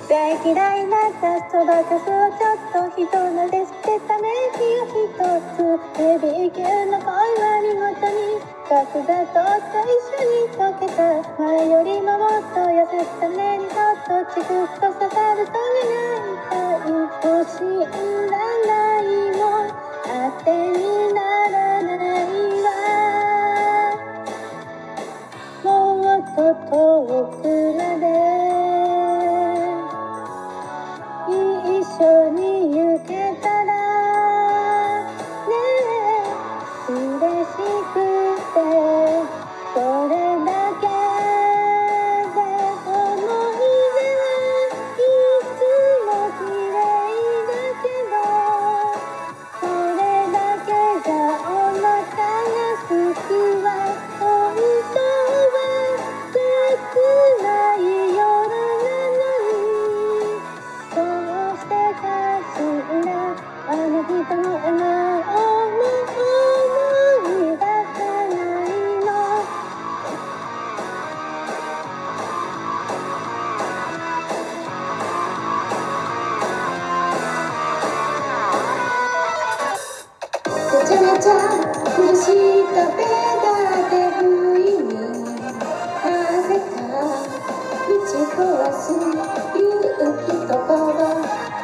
大嫌いなナスとバカスをちょっと人慣れしてため息を一つヘビー級の恋は見事にガクガと最初に溶けた前よりももっと痩せた目にそっとチクッと刺さるとに泣いたい欲しいんだないも当てにならないわもっと遠くまで一緒に行けたらねえ嬉しくてそれだけで思い出はいつも綺麗だけどそれだけじゃお腹がすくわ本当は切ない夜なのにどうしてかしらあの人の笑顔も思い出さないのめちゃめちゃ苦しい壁だって不意になぜか打ち壊す勇気とかは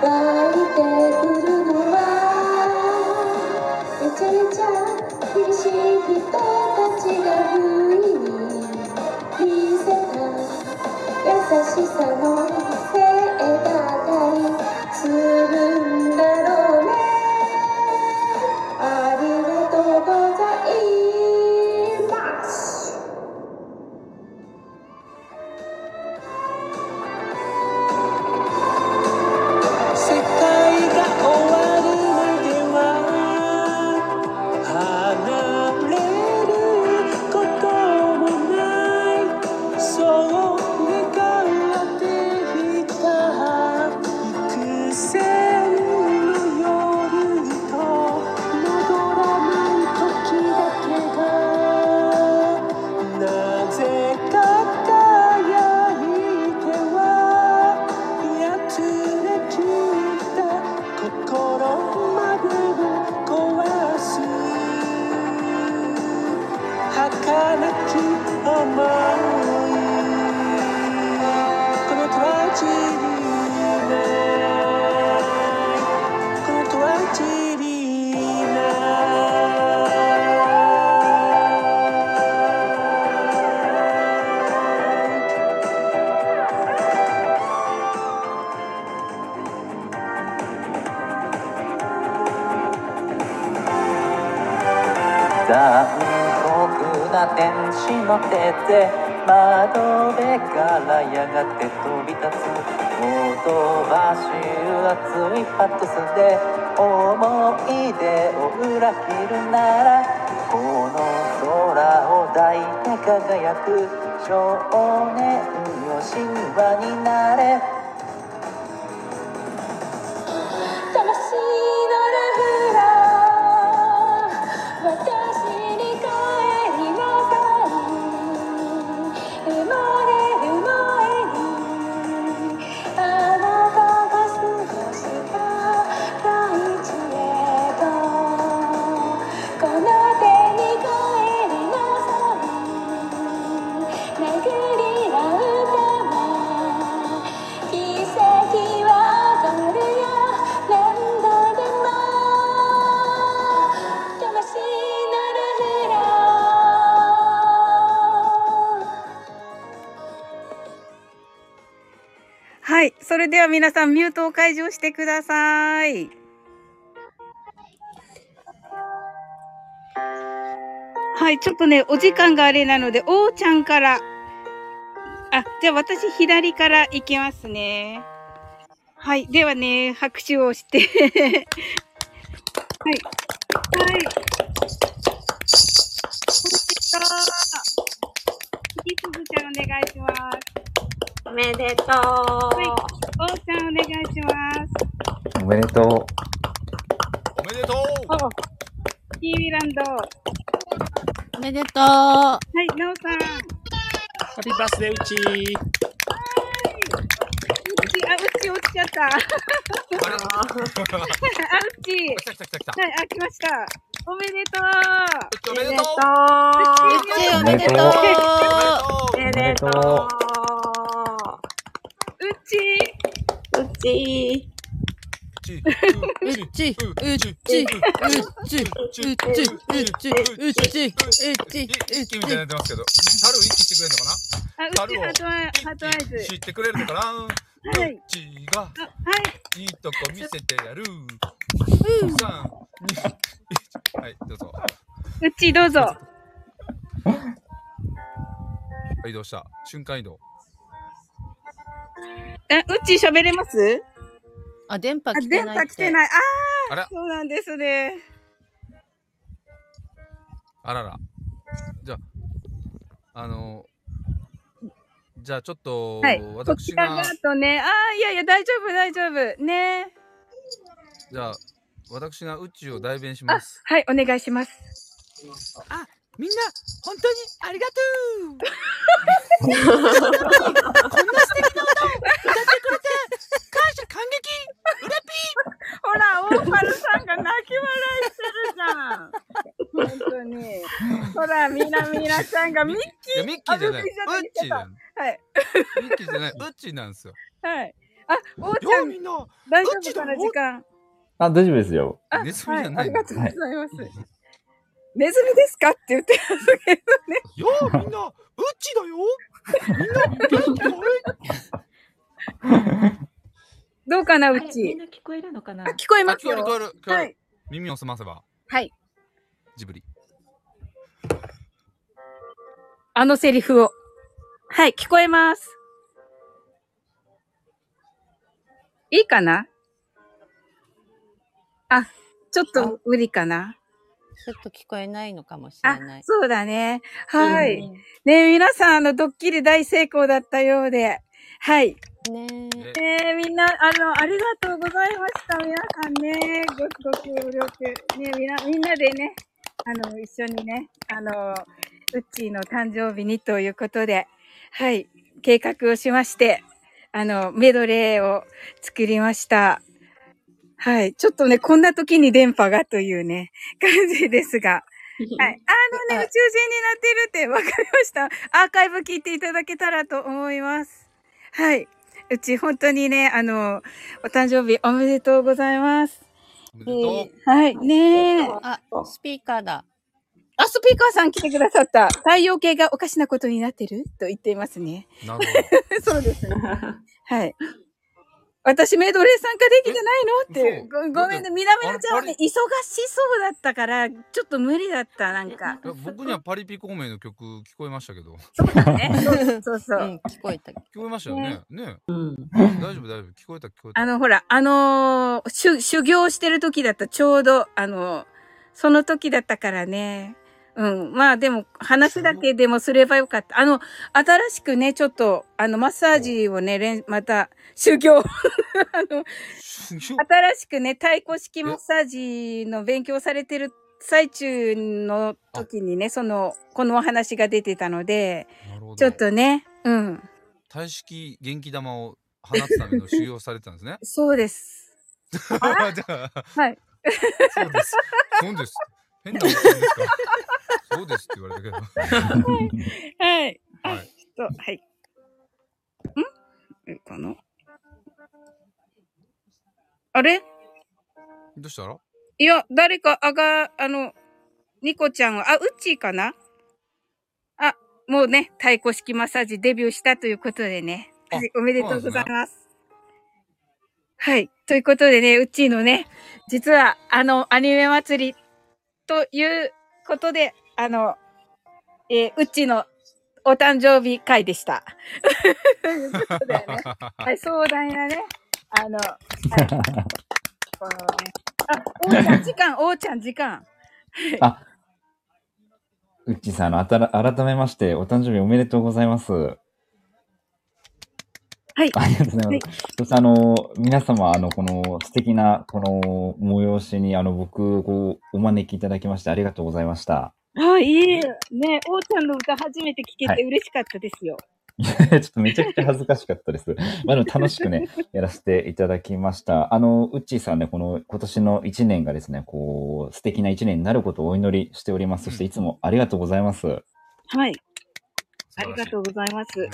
湧いてくるのはめちゃめちゃ苦しい人たちが不意に見せた優しさのせいだったりするんだろうねありがとうございます。
世界が終わるまでは離れることもないそう願っていた幾千の夜と戻らぬ時だけがなぜか輝いてはやつれきった心まぶを壊す儚き思いこのトワチリこのトワチリ
残酷な天使の手で窓辺からやがて飛び立つほとばしる熱いパトスで思い出を裏切るならこの空を抱いて輝く少年よ神話になれ
魂のラフラ私に帰りなさい生まれる前にあなたが過ごした大地へとこの手に帰りなさい巡り合うため「奇跡は起こるよ何度でも」「魂のルフラ」
はい。それでは皆さんミュートを解除してください。はい。ちょっとね、お時間があれなので、おーちゃんから。あ、じゃあ私左から行きますね。はい。ではね、拍手をして。はい。はい。引き続きお願いします。
おめでとう。
おーちゃんお願いします。
*laughs* おめでと
おめでとう
キーウィランド。は
おめでとう。ハ
い、ナオさん。
ッピーバースデーうち
うち、あ、うちちゃった。あうち。
来た来た来た来た。
はい、あ、来ました。おめでとう。
おめでとう
おめでとう
おめでとう
うち。
うち
ち
うっち、うっち、うっち、うっち、うっち、うっち、うっち、うっち、うっ
一気みたいになっ。
ち
てますけど、春を一気してくれるのか
あ、う
な
ち、
春を
ハートアイ、ハートアイ
一
ズ
気。知ってくれるのかな
はい
どっち
あ、
が
はい。
いいとこ見せてやる。三、二、一。はい、どうぞ。は
うち、どうぞ。
い移動した。瞬間移動。
え、うち喋れます
あ、電波
あ、
来て
電
ない。。
波来てないい。あ
あら
ー、、そうなんですね。
あらら。じゃあ、あの、じゃあちょっと、
はい。こ
私
ちら
が
だ、とね、あー、いやいや、大丈夫、大丈夫。ね。
じゃあ、私が宇宙を代弁し
あ
ます。、
はい、お願いします。
みんな、本当にありがとう
ほら、大丸さんが泣き笑いしてるじゃん。本当に。ほら、みなみなちゃんがミッ
い
キ
や、
ー。
ミッキーじゃない。
あ
ウ
びっくりしちゃった
ッチーなん
はい。
ミッキーじゃない。ウッチーなんですよ。
はい。あ、おうちゃ
*laughs* よう、
ん、
みんな。
大丈夫かな、
うちの
時間。
あ、大丈夫ですよ。
あ、
ネズミじゃ
は。
な
あ
い
り
いの
がとうございます。ネズミですかって言ってますけどね。
よう、みんな。ウッチーだよ。みんな、元気だい
どうかな、
あ
う
れみん
ち。
な聞こえるのかな
あ、聞こえ
あ、
ます
聞こえる、聞こ
よ。
える、聞こ
は
える。
い。
耳を澄ませば、
はい。
ジブリ。
あのセリフを。はい、聞こえます。いいかなあ、ちょっと無理かな
ちょっと聞こえないのかもし
あ
れない、。
そうだね。はい。
うん
ね皆さん、あの、ドッキリ大成功だったようで。はい。
ねえ。
え
えー、みんな、あの、ありがとうございました。皆さんね、ご、ご協力。ね、みんな、みんなでね、あの、一緒にね、あの、うっちーの誕生日にということで、はい、計画をしまして、あの、メドレーを作りました。はい、ちょっとね、こんな時に電波がというね、感じですが。はい。あのね、宇宙人になってるって分かりました。アーカイブ聞いていただけたらと思います。はい。うち本当にね、あの、お誕生日おめでとうございます。
おめでとう。
はい。ねえ。
あ、スピーカーだ。
あ、スピーカーさん来てくださった。 *laughs* 太陽系がおかしなことになってると言っていますね。
なるほど。
*laughs* そうですね。はい。私メドレー参加できてないのってご。ごめんね。みなみなちゃんはね、
あ
忙しそうだったから、ちょっと無理だった、なんか。
いや僕にはパリピ孔明の曲聞こえましたけど。
*laughs* そうだね。そうそうそうう。
ん、聞こえた。
聞こえましたよね。ね。
うん。
大丈夫、大丈夫。聞こえた、聞こえた。
あの、ほら、あのーしゅ、修行してる時だった、ちょうど、あのーその時だったからね。うん。まあでも、話だけでもすればよかった。あの、新しくね、ちょっと、あの、マッサージをね、れんまた、修行。あの、
修行
新しくね、太鼓式マッサージの勉強されてる最中の時にね、その、このお話が出てたので、
なるほど
ちょっとね、うん。。
体式元気玉を放つための修行をされてたんですね
そうです。
*laughs* じゃあ
はい。
そうです。そうです。変なおっさんですか。 *laughs* そうですって言われたけど。
*laughs* はい。あ
はい
ちょっと、はい。んえかなあれ
どうしたら
いや、誰か、あが、あの、ニコちゃんは、あ、ウッチーかなあ、もうね、太鼓式マッサージデビューしたということでね。
あ
はい、おめでとうございます。はい。ということでね、ウッチーのね、実は、あの、アニメ祭り、ということで、あの、えー、ウッチーのお誕生日会で *laughs* した。ということでね、 *laughs* はい、壮大なね、あの、はい、このね、あ、おーちゃん時間、おーちゃん時間。。
あ、うっちーさん、あの、あたら改めまして、お誕生日おめでとうございます。はいありがとうございます。そして、あの、皆様、あの、この素敵な、この催しに、あの、僕、こう、お招きいただきまして、ありがとうございました。
あ、いい。ね、おーちゃんの歌初めて聞けて嬉しかったですよ。
いや *laughs* ちょっとめちゃくちゃ恥ずかしかったです。まあでも楽しく
*laughs*
ね、やらせていただきました。あの、うっちーさんね、この今年の1年がですね、こう、素敵な1年になることをお祈りしております。そしていつもありがとうございます。
はい。ありがとうございます。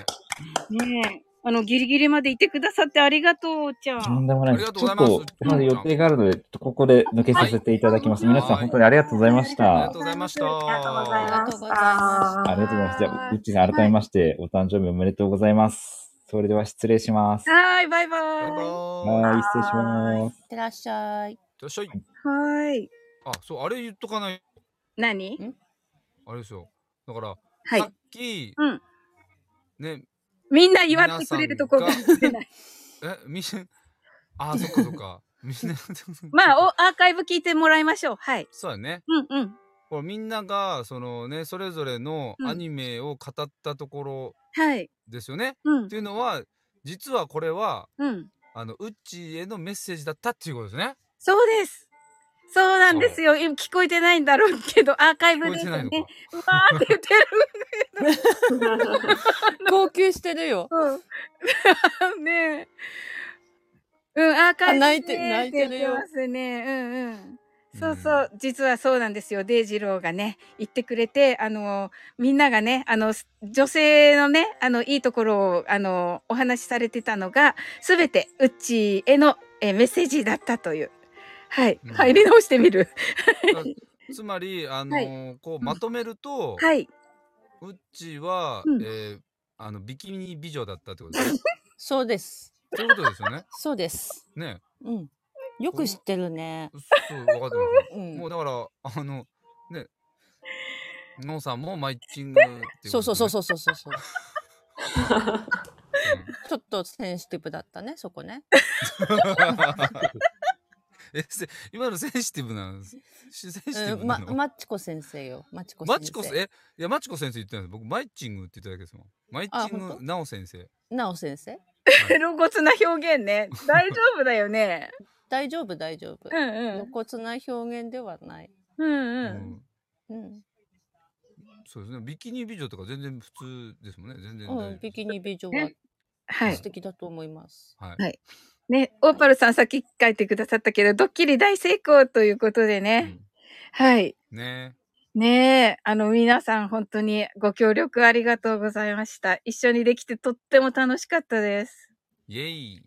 ねえ。あの、ギリギリまでいてくださってありがとう、おっちゃん。
とんでもないです。
あ
ち
り
ょ
が
っ
とうござい
と
ます、
まだ予定があるので、ちょっとここで抜けさせていただきます。皆さん本当にありがとうございました。
ありがとうございました。
ありがとうござい
あ
ま
りがとうございます。じゃあ、うっちーさん、改めまして、お誕生日おめでとうございます。それでは失礼します。
はーい、バイバーイ。
はい、失礼します。
ってらっしゃい。
いらっしゃい。
はーい。
あ、そう、あれ言っとかない。
何
あれですよ。だから、
はい
さっき、
うん。
ね、
みんな祝ってくれるとこが
皆さん
出ない。
え、みせん、あ、そっかそ
*laughs*
っか。みんな、
まあ、お、アーカイブ聞いてもらいましょう。はい。
そうだね。
うんうん。
これみんなが、そのね、それぞれの
うん
アニメを語ったところ
はい。
ですよね。
うん
っていうのは、実はこれは、
うん。
あの、うっちーへのメッセージだったっていうことですね。
そうです。そうなんですよ。今聞こえてないんだろうけど、アーカイブですね。
聞こえて
うわーって言ってる。
号泣してるよ。
うん、 *laughs* ねえ。うん、アーカイブ、ね、
あ泣いて泣いてるよ
って言ってますね。うんうん。そうそう、実はそうなんですよ。デイジローがね、言ってくれて、あの、みんながね、あの、す女性のね、あの、いいところを、あの、お話しされてたのが、すべて、うっちーへのえーメッセージだったという。はい。入り直してみる。
つまり、あのーこうまとめると、
はい。
うっちーは、
うん
えーあのビキニ美女だったってことですね。
そうです。
そういうことですよね。
そうです。
ね。
うん。よく知ってるね。
そう、分かってます、もうだから、あの、ね、のんさんもマイチングっていうこと、ね。
そうそうそうそうそうそうそう。ちょっとセンシティブだったね、そこね。
*laughs* え、せ今のセンシティブなんです。センシティ
う
ブ
ん、
な
ま、
の、
マッチコ先生よ。マッチコ先
マ
生。
チコせ、え、いや、マチコ先生言ってないです。僕、マイチングって言っただけですもん。マイ
あ
チン
本
グ、なお先生。
なお先生
露骨な表現ね。大丈夫だよね。
大丈夫、大丈夫。
*laughs* うんうん
露骨な表現ではない。
うんうん。
うん。
そうですね。ビキニ美女とか全然普通ですもんね。全然大
う
丈
ん、ビキニ美女は
はい
素敵だと思います。
夫。はい。
はい。ね、オーパルさんさっき書いてくださったけど、ドッキリ大成功ということでね。はい。
ね
ねえ、あの、皆さん本当にご協力ありがとうございました。一緒にできてとっても楽しかったです。
イェイ。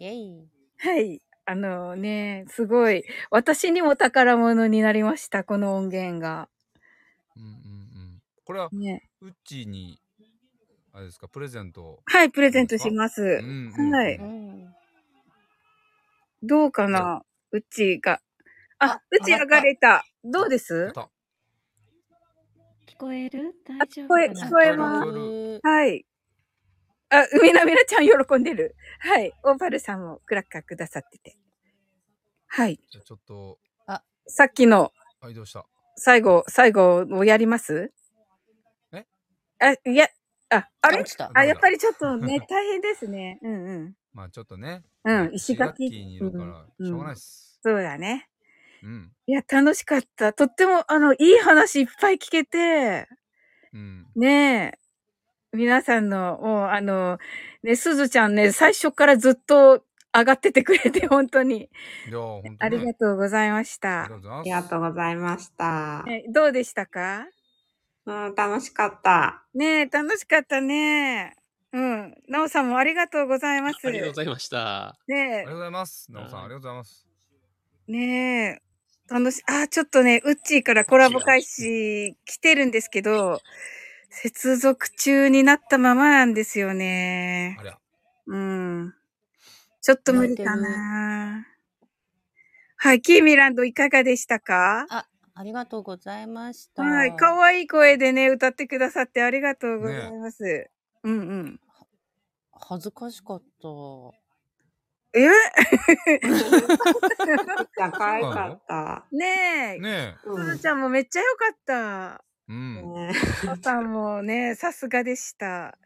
イェイ。
はい。あのね、すごい。私にも宝物になりました、この音源が。
これは、
ね
ウッチーに、あれですか、プレゼントを。
はい、プレゼントします。
うんうんうん
はい。どうかなうちが。あ、うち上がれた。どうです
聞こえる大
あ
丈
聞
夫
こえ、
かな
聞こえます。はい。あ、みなみなちゃん喜んでる。はい。オーパルさんもクラッカーくださってて。はい。
じゃあちょっと、
あ、
さっきの
はい、どうした
最後、最後をやります
え
あ、いや、あ、あれ
落ちた
あ、やっぱりちょっとね、大変ですね。うんうん。
まあちょっとね。
うん、石垣。
石にいるから、
うん
しょうがないっす。
そうだね。
うん。
いや、楽しかった。とっても、あの、いい話いっぱい聞けて、ねえ、皆さんの、もう、あの、ね、すずちゃんね、最初からずっと上がっててくれて、本当に。
いやー、ほんとね。
ありがとうございました。
あ
りがとうございました。
えどうでしたか
うん、楽しかった。
ねえ、楽しかったね。うん。なおさんもありがとうございます。
ありがとうございました。
ねえ
ありがとうございます。なおさん、ありがとうございます。
ねえ。楽し、あ、ちょっとね、ウッチーからコラボ開始来てるんですけど、接続中になったままなんですよね。
ありゃ。
うん。ちょっと無理かな。はい、キーミランドいかがでしたか
あ、ありがとうございました。
はい、かわいい声でね、歌ってくださってありがとうございます。うんうん。
恥ずかしかった。
え *laughs*
じゃあ、可愛かった。
ねえ。
ね
すずちゃんもめっちゃ良かった。
うん。
お父さんもね、さすがでした。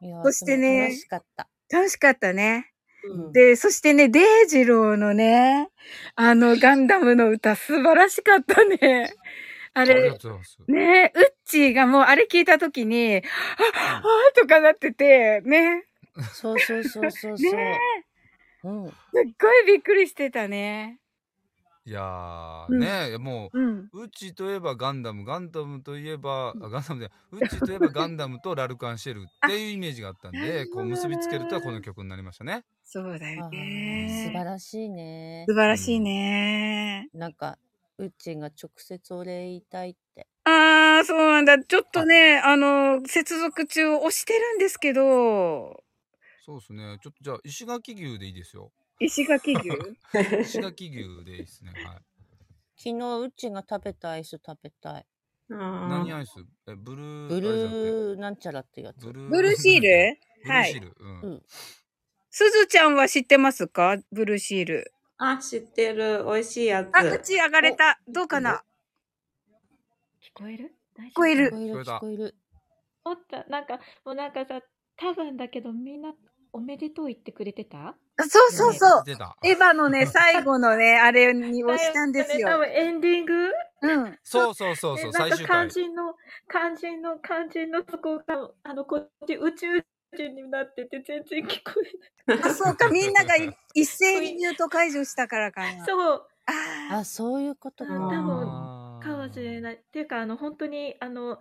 いや
そしてね
でも楽しかった。
楽しかったね。
うん
で、そしてね、デイジローのね、あの、ガンダムの歌、素晴らしかったね。あ
あり
れ
が、とうございます。
ねえ、ウッチーがもうあれ聞いたときに、あ、ああとかなってて、ね。
そうそうそうそうそう。
ね
うん。
え、すっごいびっくりしてたね。
いやー
うん
ね、もう、
うん。
うちといえばガンダム、ガンダムといえば、あガンダムで、うちといえばガンダムとラルカンシェルっていうイメージがあったんで、こう結びつけるとはこの曲になりましたね。
そうだよ
素晴
ね。
らしいね
素。晴らしいね。
なんか、うっちーが直接お礼言いたいって。
あー、そうなんだ。ちょっとね、あの、接続中押してるんですけど、
そうですね。ちょっとじゃあ石垣牛でいいですよ。
石垣 *laughs* 牛
石垣牛でいいですね。はい。
昨日、うっちーが食べたアイス食べたい。
あ
何アイス？えブルー
ブル
ー
ーなんちゃらってやつ。
ル
ブルーシール
ブルーシール。うん
うん。
すずちゃんは知ってますかブルーシール。
あ、知ってる。美味しいやつ。
あ、うち上がれた。どうかな
聞こえる大丈夫
聞こえ
聞
る
こ。える、聞
聞
こえる。
おった、なんか、もうなんかさ、多分だけどみんなおめでとう言ってくれてた
そうそうそう。
出た。
エヴァのね、最後のね、あれに押したんです
だ
よ。
よね多分エンディング
うん。
そうそうそうそう
でなん
最
か
終回
肝。心の、肝心の、肝心のとこが、あの、こっち宇宙人になってて全然聞こ
あ、そうか、みんながい一斉にミュート解除したからか
えな
な。
い。そう、
あ
あ、そういうことか。
うん多分
かもしれ
い。
ない。っていうか、あの、本当に、あの、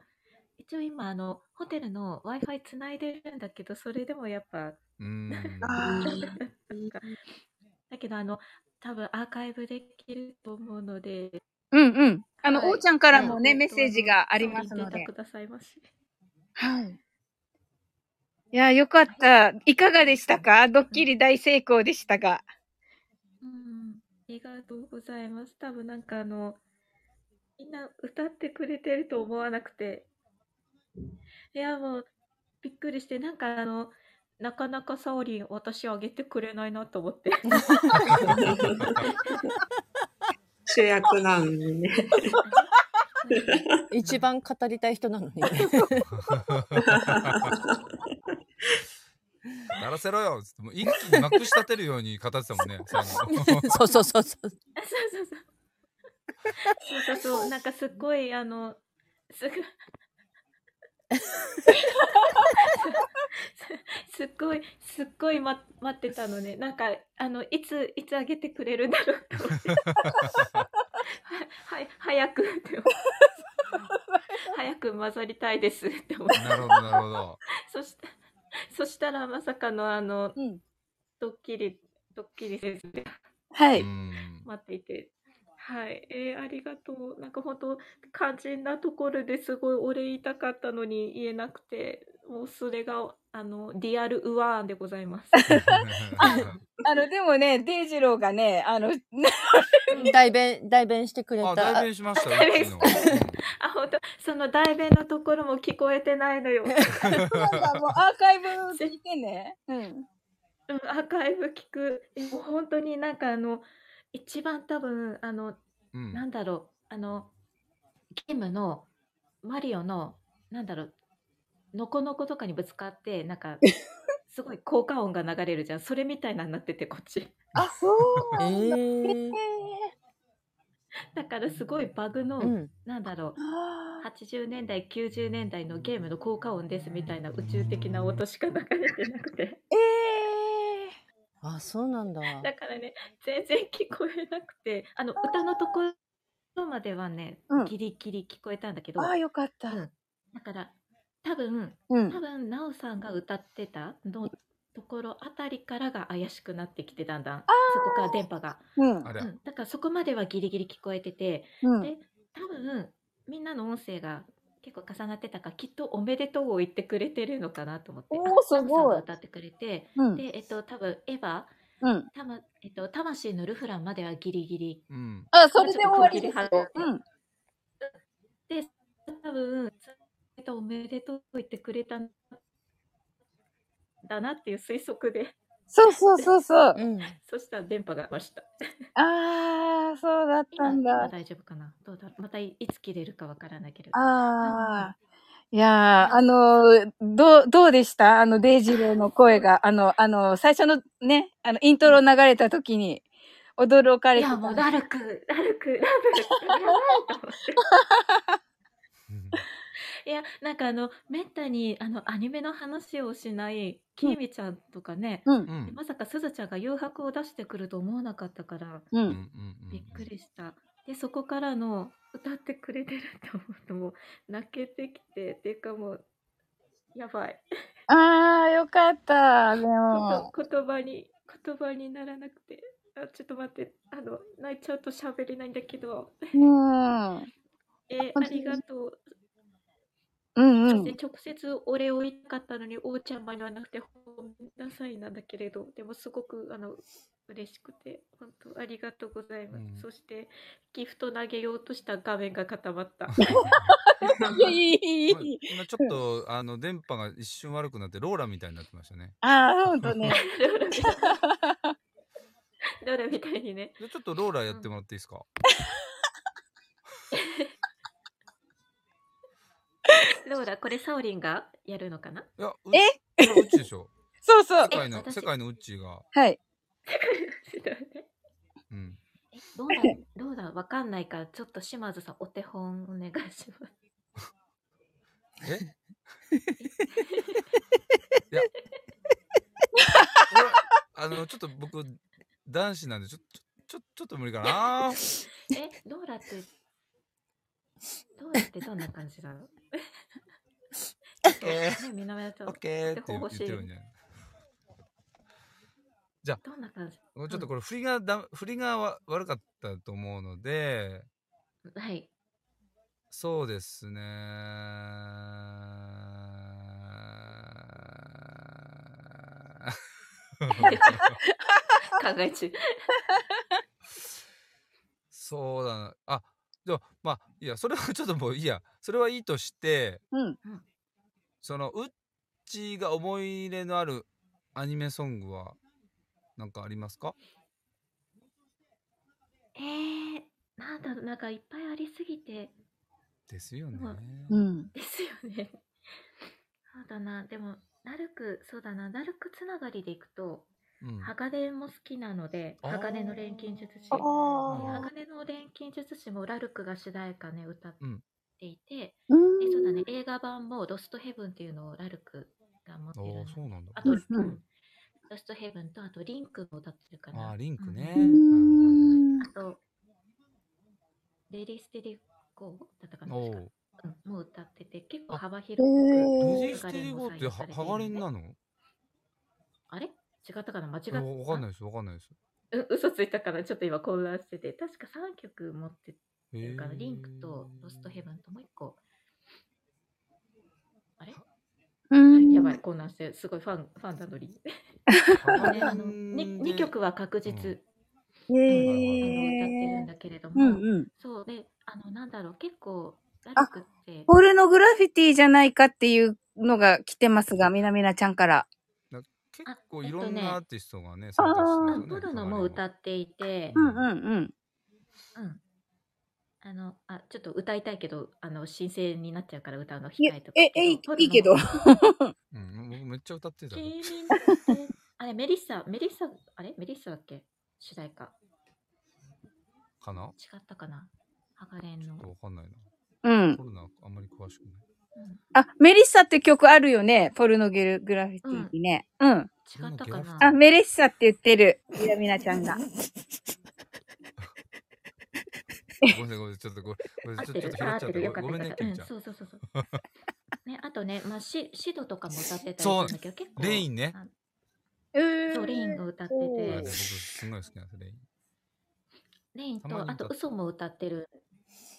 一応今、あの、ホテルの Wi-Fi つないでるんだけど、それでもやっぱ、
うーん。
あー。
なんかだけど、あの、多分アーカイブできると思うので、
うんうん。あの、
はい
おうちゃんからも
は
ね、
い
メッセージがありますの
そうデ
で
ータ。くださいまし
はい。いや、よかった。いかがでしたかドッキリ大成功でしたが。
うん、ありがとうございます。多分なんかあの、みんな歌ってくれてると思わなくて。いや、もう、びっくりして、なんかあの、なかなかサオリン、私あげてくれないなと
*laughs*
思って。
*laughs* 主役なのにね。
一番語りたい人なのにね。
鳴らせろよ。つってもう一気にまくし立てるように語ってたもんね。最後
そうそうそうそう。
*laughs* そうそうそう。そうそうそう、なんかすっごい、あの、すごいすっごい、すっごい、ま、待ってたのね。なんか、あの、いつ、いつあげてくれるんだろうと思って。は、はい、早くって思って。早く混ざりたいですって思って。
なるほどなるほど。
そした、そしたらまさかのあの、
うん。
ドッキリ、ドッキリせずで
は
うー。
*laughs*
ん。
待っていて。はい、えーありがとう。なんか本当肝心なところですごいお礼言いたかったのに言えなくて、もうそれがあのリアルウアーンでございます。
あの、でもね、デイジローがね、あの、
代弁、代弁してくれ
あ、
た。
代弁しました。
代弁
うちのう
あ、本当その代弁のところも聞こえてないのよ。
なんかもうアーカイブ聞いてね。うん。
うん、アーカイブ聞く。でも本当になんかあの、一番多分、あの、
んう。
なんんだろう、あの、ゲームの、マリオの、なんだろう、ノコノコとかにぶつかって、な
*laughs*
んか、すごい効果音が流れるじゃん。それみたいなになってて、こっち。
あ、そう
え
なんだ。
ー、
だから、すごいバグの、
うん。
なんだろう、
あ
80年代、90年代のゲームの効果音ですみたいな宇宙的な音しか流れてなくて。
ーええ
あ、そうなんだ。
だからね、全然聞こえなくて、あの、歌のところまではね
うん、
ギリギリ聞こえたんだけど、
ー。ああ、よかった。
うんだから、多分、
う
多
ん。
分なおさんが歌ってたのところあたりからが怪しくなってきてだんだんそこから電波が、
うん
あ。れ
う。ん、だからそこまではギリギリ聞こえてて
うん
で多分みんなの音声が結構重なってたからきっと「おめでとう」を言ってくれてるのかなと思って
おー
あ
すごい
なおさんが歌ってくれて
うん。
でえっと多分エヴァ
うん。
た、まえっと、魂のルフランまではギリギリ
うん。
あ、それで終わりです
ちょっ
よ
と。
うん。
多分えっとおめでとう」言ってくれたんだなっていう推測で
そうそうそうそう。
うん。
そしたら電波がました。
ああ、そうだった
今
ん
今
だ。
大丈夫かなどうだろうまたいいつ切れるかわからないけど。
ああ。いやー、あの、どう、どうでしたあの、デイジローの声が、あの、あの、最初のね、あの、イントロ流れた時に、驚か
い
れて
や、
た
もう、ラルク、ラルク、ラルク、やばいと思って。
*laughs*
いや、なんかあの、めったに、あの、アニメの話をしない、きみちゃんとかね、
うん
うん
まさかすずちゃんが誘惑を出してくると思わなかったから、
うん
うん
びっくりした。で、そこからの、歌ってくれてると思うと、もう、泣けてきて、ていうかもう、やばい。
ああ、よかった。で
こ
も、
と言葉に、言葉にならなくて、あ、ちょっと待って、あの、泣いちゃうと喋れないんだけど、
うん。
え
あ
あ
本当に
りがとう。
うんうん
で。直接お礼を言いたかったのに、おうちゃんまではなくて、ごめんなさいなんだけれど、でもすごくあの嬉しくて、本当ありがとうございます。
うん
そして、ギフト投げようとした画面が固ま *laughs* った。
いやいいい *laughs*
ま
い。
今ちょっとあの電波が一瞬悪くなってローラみたいになってましたね。
ああ、ほんとね。
どれみたいにね。
じゃあちょっとローラやってもらっていいですか。
ローラ、これサオリンがやるの *laughs* かない
や、うえ、これウッチでしょ。
そうそう
世。界の
私
世界のウッチが、
はい。
うん、
えローラ、ローラわかんないから、ちょっと島津さん、お手本お願いし
*laughs*
ます。
え？いや、これあのちょっと僕男子なんでちょちょちょちょっと無理かな。
え、ローラって、ローラってどんな感じなの
*laughs* え
ね、みんなもやっちゃ
オ
う
ッケーって
手
言
本
っ
欲してい。
るんじゃない。
どんな感じ
もうちょっとこれ振りがだ振りがわ悪かったと思うので、
はい。
そうですね。 *laughs*
考え中。
そうだな。あ、でも、まあ、いや、それは *laughs* ちょっともういいや。それはいいとして、
うん。
その、うっちーが思い入れのあるアニメソングは、なんかありますか
えー、なんだろう、なんかいっぱいありすぎて
ですよね。
うん。
ですよね。 *laughs* そうだな、でも、なるく、そうだな、なるくつながりでいくと、
うん。
鋼も好きなので、
あー
鋼の錬金術師。
ー
鋼の錬金術師もラルクが主題歌ね、歌っていて、
うん
でそうだね、映画版も「ロストヘブン」っていうのをラルクが持
あ
っ
あ
てる
ー、そ
の
うなんだ
あ。と、
うんうん
うんロストヘブンとあとリンクも歌ってるかな
あー、リンクね。
う
うん
ん
あとレディーステディゴーだったかな
お
確か
う。
うん、もう歌ってて結構
あ
幅
へ
広く
レ
ー
ジステリゴーっては、ハガレンなの
あれ違ったかな間違っ
い
た
やわかんないです、わかんないです。
う嘘ついたからちょっと今混乱してて確か3曲持って
へ
るから
ー
リンクとロストヘブンともう一個あれ
うん。
やばい混乱してすごいファンファンなのに
ハ
ね、あ
ガレ
の
ンで
2, 曲は確実、あの歌って
へ
るん
え。
だけれど
う
も、
んうん。
そうであのなんだろう結構ラ
あ
ルクって
ポルノグラフィティじゃないかっていうのが来てますが、みなみなちゃんから。
結
あ
構
え
い
っとね
ろんなアーティストがね、
あ
参加し
あ
て
ポ
ますよ
ル
ね
ノも歌
ハ
っていて
う、んうん
うん、あのあちょっと歌いたいけどあの申請になっちゃうから歌うの
いや
控えとく
え、え、いい
ポルノ
いいけど。
ガレン。うん、僕めっちゃ歌ってた。
*laughs* 君ってあれメリッサメリッサあれメリッサだっけ主題歌
かな
違ったかなハガレン
ちょ
の
っ、とわかんないな。
うん
コ。ロナあんまり詳しくない。
うん
あ、メリッサって曲あるよね。ポルノグルグラフィティにね。うん。
違ったかな
あ、メリッサって言ってる。みなみなちゃんが。
ごめんなさい、ごめんなさい、ちょっとごめん
合
な
っ
さい、
て
ちょ
る
っと、
あ合っ
拾ってち
る、
ゃ
よ
っ
か
た。
っ
ごめ
た、
んね
よ、
ケ
か
ン
っ
ち
た。
ゃ
うんん、。そうそうそうそう。 *laughs* ね、あとね、まあ、シシドとかも歌ってたりす
そう
るんだけど、結構、
レインね。
あ
うーん
そう、レインが歌って
あで
て
僕、すごい好きなんです、レイン。
レイン
たまに歌
と、あ
って
と、嘘も歌ってる。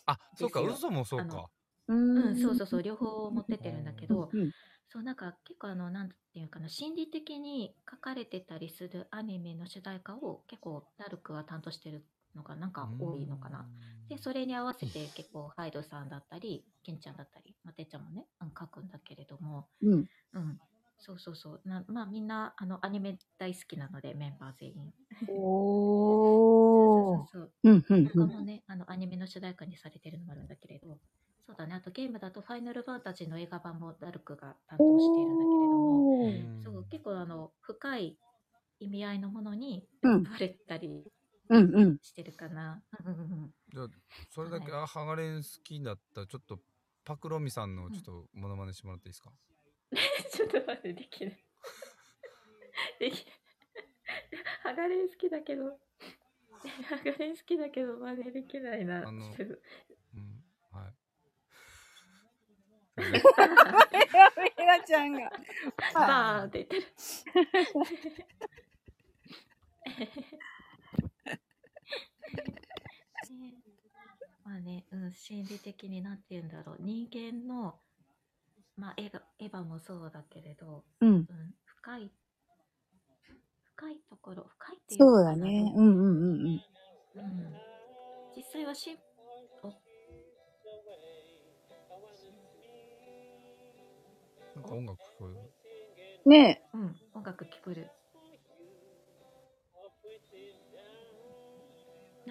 あ、そうか、
ですよ
嘘もそう
あ
か
の。
う
うん、
ん
そうそうそう、両方持ってってるんだけど、
うん
そう、なんか、結構、あの、なんていうかな、心理的に書かれてたりするアニメの主題歌を、結構、ダルクは担当してるのが、なんか、多いのかな。
う
で、
ん
それに合わせて結構、ハイドさんだったり、ケンちゃんだったり、まあ、てっちゃんもね、うん、書くんだけれども、
うん。
うん、そうそうそう。なまあみんなあのアニメ大好きなのでメンバー全員。そう
お
そ
ー
う。そう。
うんうんう
他
ん。
もね、あのアニメの主題歌にされてるのもあるんだけれど、そうだね。あとゲームだとファイナルファンタジーの映画版もダルクが担当しているんだけれども、
お
う
ー
ん
そう結構あの深い意味合いのものに
うん
バレたり、
うんうん
してるかな。うんうんうん
じゃあそれだけ、あハガレン好きだったらちょっとパクロミさんのちょっとモノマネしてもらっていいですか、
*laughs* ちょっと待って、できない。できハガレン好きだけど、ハガレン好きだけど、真似できないな。
あの
ちょっと *laughs*
はい
ミラちゃんが。
バーンって言ってる。 *laughs* まあね、うん、心理的になって言うんだろう。人間の、まあ、エヴァエヴァもそうだけれど、
うん
深い、深いところ、深いっていうの
そう
か
だ
な
ね。うんうんうんうん。
うん実際はしお
なんか音楽聞こえる
ね
え。うん、音楽聞こえる。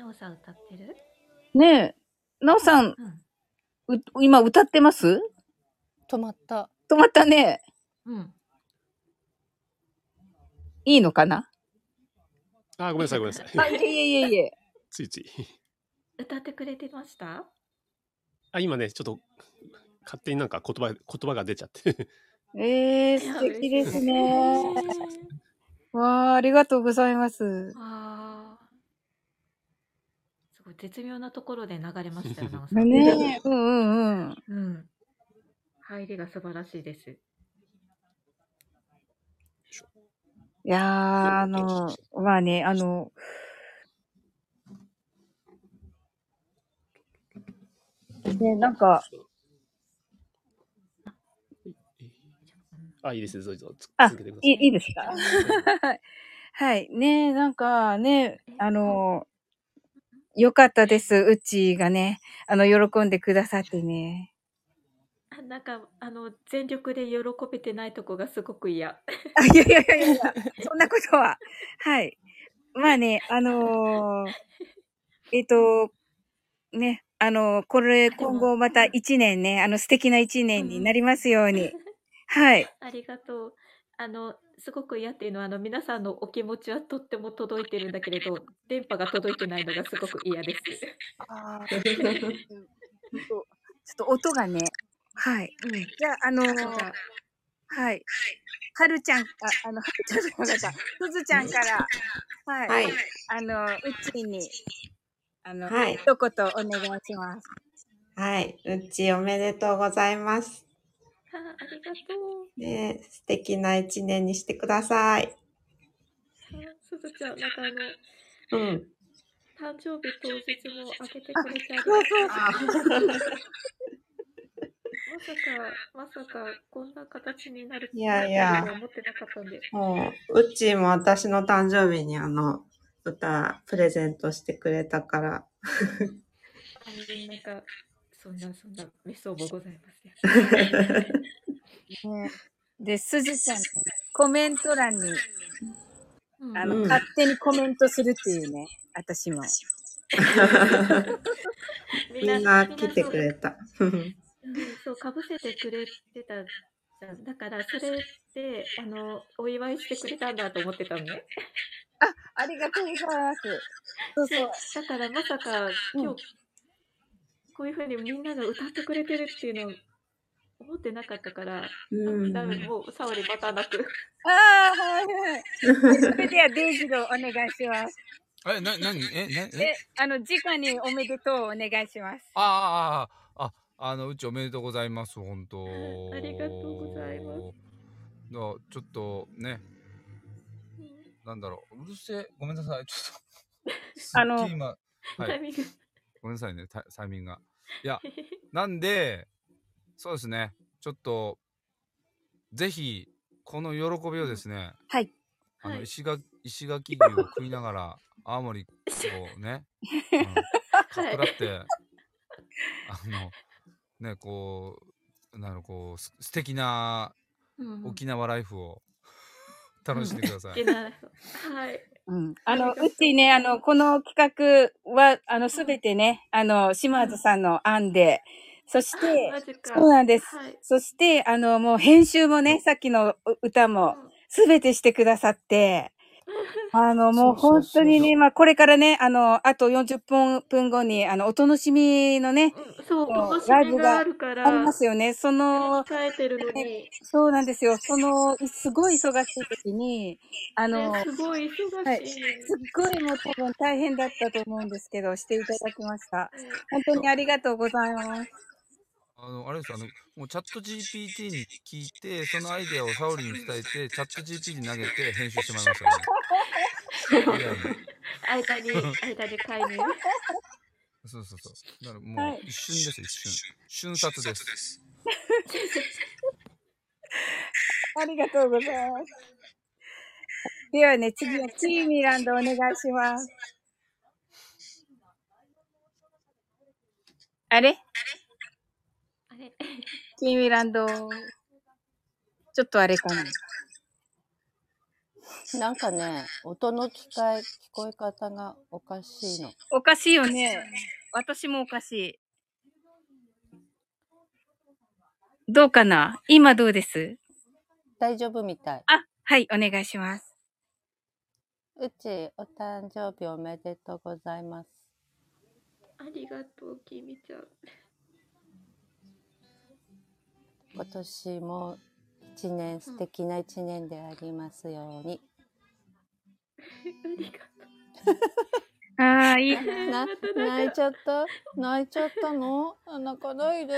なおさん歌ってる
ねえ、なおさん、う今歌ってます
止まった。
止まったね。
うん。
いいのかな
あ、ごめんなさい、ごめん *laughs* なさ
あ、
い。
いえいえいえいえ。
ついつい。
歌ってくれてました
あ、今ね、ちょっと、勝手になんか言葉、言葉が出ちゃって。 *laughs*
えー、素敵ですね。わあ、ありがとうございます。
ああ。すごい絶妙なところで流れましたよ、なおさん。
ねえ、うんうんうん。
うん。入りが素晴らしいです。
いやー、あの、まあね、あの、ね、なんか、
あ、いいですね、どうぞ。つ
あ
続けてくだ、さ
い
い。
いいいですか *laughs* はい。ねなんかね、あの、よかったです。うちがね、あの、喜んでくださってね。
あなんか、あの、全力で喜べてないとこがすごく嫌。
あ、いやいやいやいや、そんなことは。はい。まあね、あのーえっ、と、ね、あのこれ、今後また一年ね、あの、素敵な一年になりますように。はい。
ありがとう。あの、すごく嫌っていうのは、あの、皆さんのお気持ちはとっても届いてるんだけれ
*laughs*
ど、電波が届いてないのがすごく嫌です。
あーちょっと音がね、はい。じゃあ、あのーはい。はるちゃん、あ、あの、はるちゃんじゃなかった。すずちゃんから、はい。
はい
あの、うちに、あの、
はい
一言お願いします。
はい、うちおめでとうございます。
あありがと
ね素敵な一年にしてください。
う。あすずちゃん、なんかあの、
うん。
誕生日当日も開けてくれてありがと
そううそう
まさか、まさか、こんな形になる
いやいや
とは思ってなかったん
*laughs*
で。
もう、うっちーも私の誕生日にあの、歌、プレゼントしてくれた *laughs* から。
あのなんか、そんな、そんな、めそうもございません。
*laughs*
ねで、すずちゃん、コメント欄に、あの、
うん
勝手にコメントするっていうね、私も。
みんな来てくれた。
うんそう、かぶせてくれてたじゃん。だから、それで、あの、お祝いしてくれたんだと思ってたのね。
ありがとうございます。そうそう。
だから、まさか、今日、こういうふうにみんなが歌ってくれてるっていうのを思ってなかったから、
*laughs* うん
多分もう、沙織またなく。
ああ、はいはい。 *laughs* それでは、デイジローお願いします。
え、な、なに、え、な、
え
え、、
あの、直におめでとうお願いします。
ああ、ああ、あ、あの、うちおめでとうございます、本当。
*laughs* ありがとうございます。
の、ちょっと、ね。なんだろう、うるせえ、ごめんなさい、ちょっ
*laughs*
と。すっ
あの
げえ今は
タイ
い、
ミング。
ごめんなさいね、タタイミングが。いや、なんで、そうですね、ちょっと。ぜひ、この喜びをですね。
はい。
あの
はい
石垣石垣牛を食いながら青森を
*laughs*
ね、うん、かっくらって、あのねこうなのこうす素敵な
うん
沖縄ライフを楽しんでください。
はい。
うん、あの、うちね、あの、この企画は、あの、すべてね、あの、島津さんの案で、そして、
マジか
そうなんです。
はい
そ *laughs* して、あの、もう編集もね、さっきのう歌も、すべてしてくださって、あの、もう本当にね、まあ、これからね、あの、あと40分分後に、あの、お楽しみのね、
そう、
も
楽し
ライブ
みが
が
あ
あ
るから、
りますよね。その、
控えてるのに、
そうなんですよ。その、すごい忙しい時に、あ *laughs* の、
ね、すごい忙しい。
はい、すっごいもう多分大変だったと思うんですけど、していただきました。本当にありがとうございます。
あの、あれです、あの、もうチャット GPT に聞いて、そのアイデアをサオリに伝えて、チャット GPT に投げて編集してもらいました、
*laughs*
ね。いやいや
間に、間に介 *laughs* 入。
そうそうそう。だからもう一瞬です、一瞬。瞬殺です。
ありがとうございます。ではね、次はチーミランドお願いします。あれ
あれ
チーミランド、ちょっとあれかな。
なんかね、音の使い、聞こえ方がおかしいの。
おかしいよね。私もおかしい。どうかな今どうです
大丈夫みたい。
あ、はい、お願いします。
うち、お誕生日おめでとうございます。
*laughs* ありがとう、きみちゃん。
今年も一年、素敵な一年でありますように。
ああ、いい
な。泣いちゃった泣いちゃったのあ泣かないで。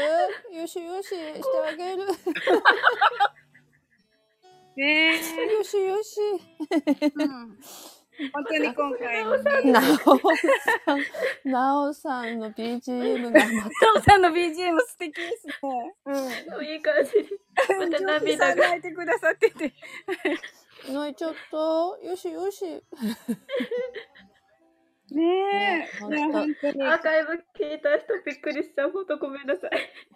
よしよししてあげる。
ね
え。よしよし。
本当に今回もね
なお、なおさんの BGM がま
父さんの BGM 素敵ですね。
うん。いい感じに。また涙が。
泣いてくださってて。
た。泣いちゃった。よしよし。
ね
え、
ね本
当に
アーカイブ聞いた人びっくりしちゃう。本当ごめんなさい。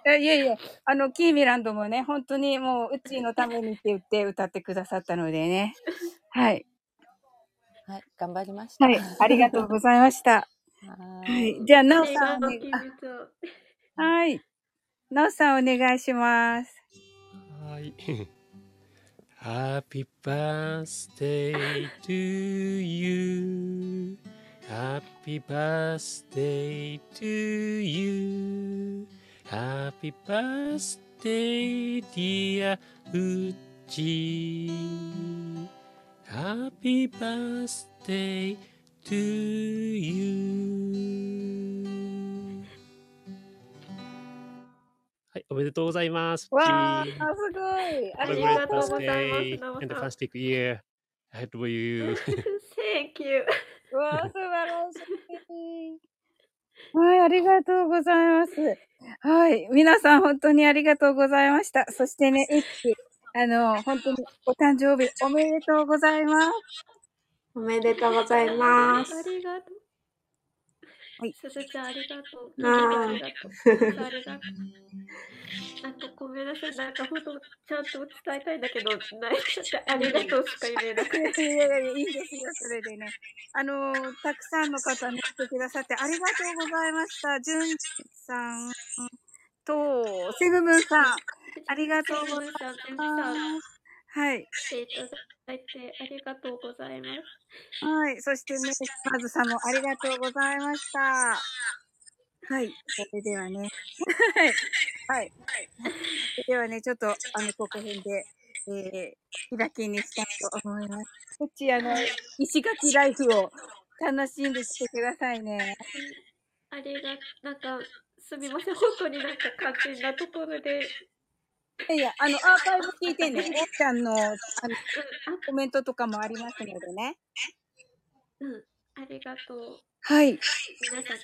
えいやいや、あの、キーミランドもね、本当にもう、うちのためにって言って歌ってくださったので *laughs* ね。はい。
はい、頑張りました。
はい、ありがとうございました。はい、じゃあ、なおさんお
あ
願
り
い、
がとうきみちゃん。
はい。なおさんお願いします。
はい。Happy birthday to you. Happy birthday to you. Happy birthday, dear Uchi. Happy birthday to you. はい、おめでとうございます。
わあ、
Uchi
すごい。あ
あ
り
り
がと
がと
う
う
ご
ご
ざ
ざ
い
い
ま。
ま
Day
すすナオさん
and fantastic year ahead of
*laughs*
you.
Thank you.
*laughs* わあ、素晴らしい。 *laughs* はい、ありがとうございます。はい、皆さん本当にありがとうございました。そして *laughs* ね、一輝、あの、本当にお誕生日おめでとうございます。
おめでとうございます
あ。りがとう。
はい。
すずちゃん、ありがとう。
あー
きみちゃんありがとう。すずちゃんありがとう。なんかごめんなさい。なんか本当ちゃんと伝えたいんだけど、泣いちゃってありがとうしか言えなくて。
いやいやいやいいんですよ、それでね。あのーたくさんの方見てくださってありがとうございました。じゅんさんと、セブムーンさん、ありがとうございます。はい。
来ていただいてありがとうございます。
はい。そしてね、まずさんもありがとうございました。はい。それではね。はい。はい。ではね、ちょっと、あの、ここ辺で、えー、開きにしたいと思います。こっち、あの、石垣ライフを楽しんでしてくださいね。
ありがなんか、すみません。本当になんか完全なところで。
いやいや、あの、アーカイブ聞いてね、おっちゃんの、あの、コメントとかもありますのでね。
うん。ありがとう。
はい。
皆さん、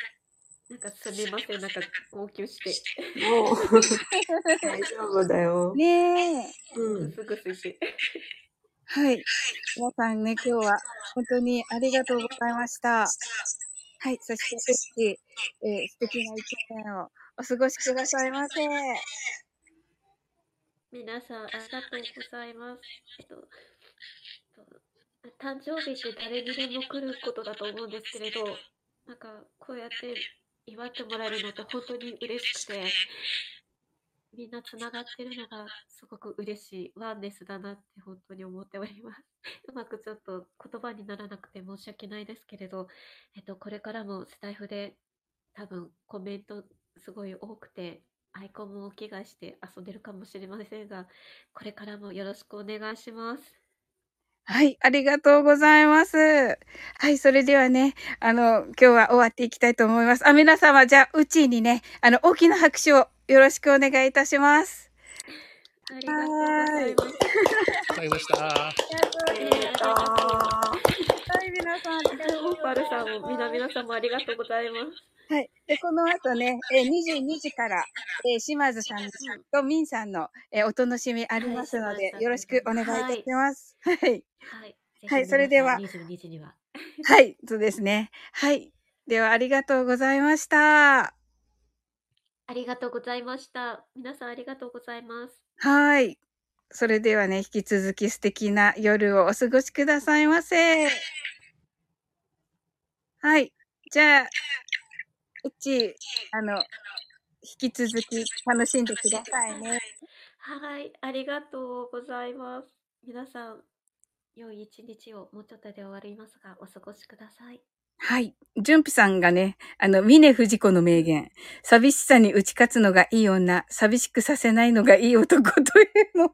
なんかすみません。なんか号泣して。
もう大丈夫だよ。
*laughs* ねえ。
うん。
すぐすいて。
はい。皆さんね、今日は本当にありがとうございました。はい。そして、ぜひ、えー素敵な一年をお過ごしくださいませ。
皆さん、ありがとうございます。えっと、えっと誕生日って誰にでも来ることだと思うんですけれど、なんか、こうやって祝ってもらえるのって本当に嬉しくて、みんなつながってるのがすごく嬉しいワンネスだなって本当に思っております *laughs* うまくちょっと言葉にならなくて申し訳ないですけれど、えっと、これからもスタイフで多分コメントすごい多くてアイコンもお着替えして遊んでるかもしれませんがこれからもよろしくお願いします
はい、ありがとうございます。はい、それではね、あの、今日は終わっていきたいと思います。あ、皆様、じゃあ、うちにね、あの、大きな拍手をよろしくお願いいたします。
ありがとうございます
わかりました。
はい、皆さん、パルさんも、みな、皆さんもありがとうございます。
はい。で、この後ね、えー22時から、えー島津さんとミンさんの、えーお楽しみありますので、よろしくお願いいたします。はい。
はい。
はい、それでは。
22時には。
はい、そうですね。はい。では、ありがとうございました。
ありがとうございました。皆さんありがとうございます。
はい。それではね、引き続き素敵な夜をお過ごしくださいませ。はい。じゃあ、うち、あの、引き続き楽しんでくださいね。
はい、ありがとうございます。皆さん、良い一日をもうちょっとで終わりますが、お過ごしください。
はい。純ピさんがね、あの、峰不二子の名言、寂しさに打ち勝つのがいい女、寂しくさせないのがいい男というの
*laughs*
を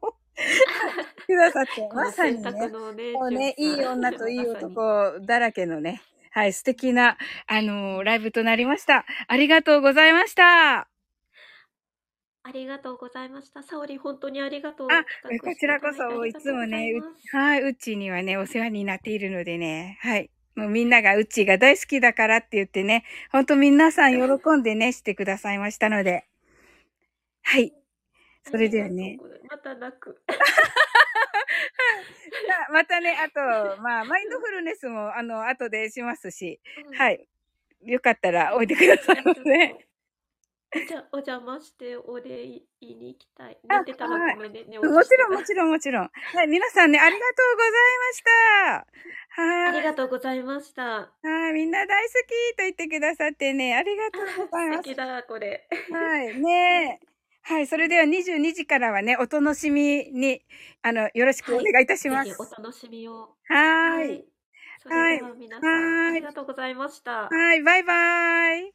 くださって、まさにね、
この選択のね
もうね、い
順
い
番
女といい
*laughs* まさに
男だらけのね、はい、素敵な、あのーライブとなりました。ありがとうございました。
ありがとうございました。サオリン、本当にありがとう。
あ
企画
こ
し
ち
て
ら
ただ
こ
てありが
そ、い
とう
つもね、
ございます
うはい、うちにはね、お世話になっているのでね、はい。もうみんながうちが大好きだからって言ってね、ほんと皆さん喜んでね、してくださいましたので。はい。それではね、
また泣く。
まあ *laughs* またね、あと、まあ、マインドフルネスも、あの、後でしますし、はい。よかったら、おいでくださいませ。
じゃあお邪魔してお礼言いに行きたい。寝てたらごめんね。寝落
*laughs* も
し
ち
てた
ろん、もちろん、もちろん。はい、皆さんね、ありがとうございました。は
あ
い。
りがとうございました。
はい、みんな大好きと言ってくださってね、ありがとうございま
*laughs* 素
す。
敵だ、これ。
はい、ねえ。はい、それでは22時からはね、お楽しみに、あの、よろしくお願いいたします。
ぜひお楽しみを。
はーい。
それでは皆さん、ありがとうございました。
はい、バイバイ。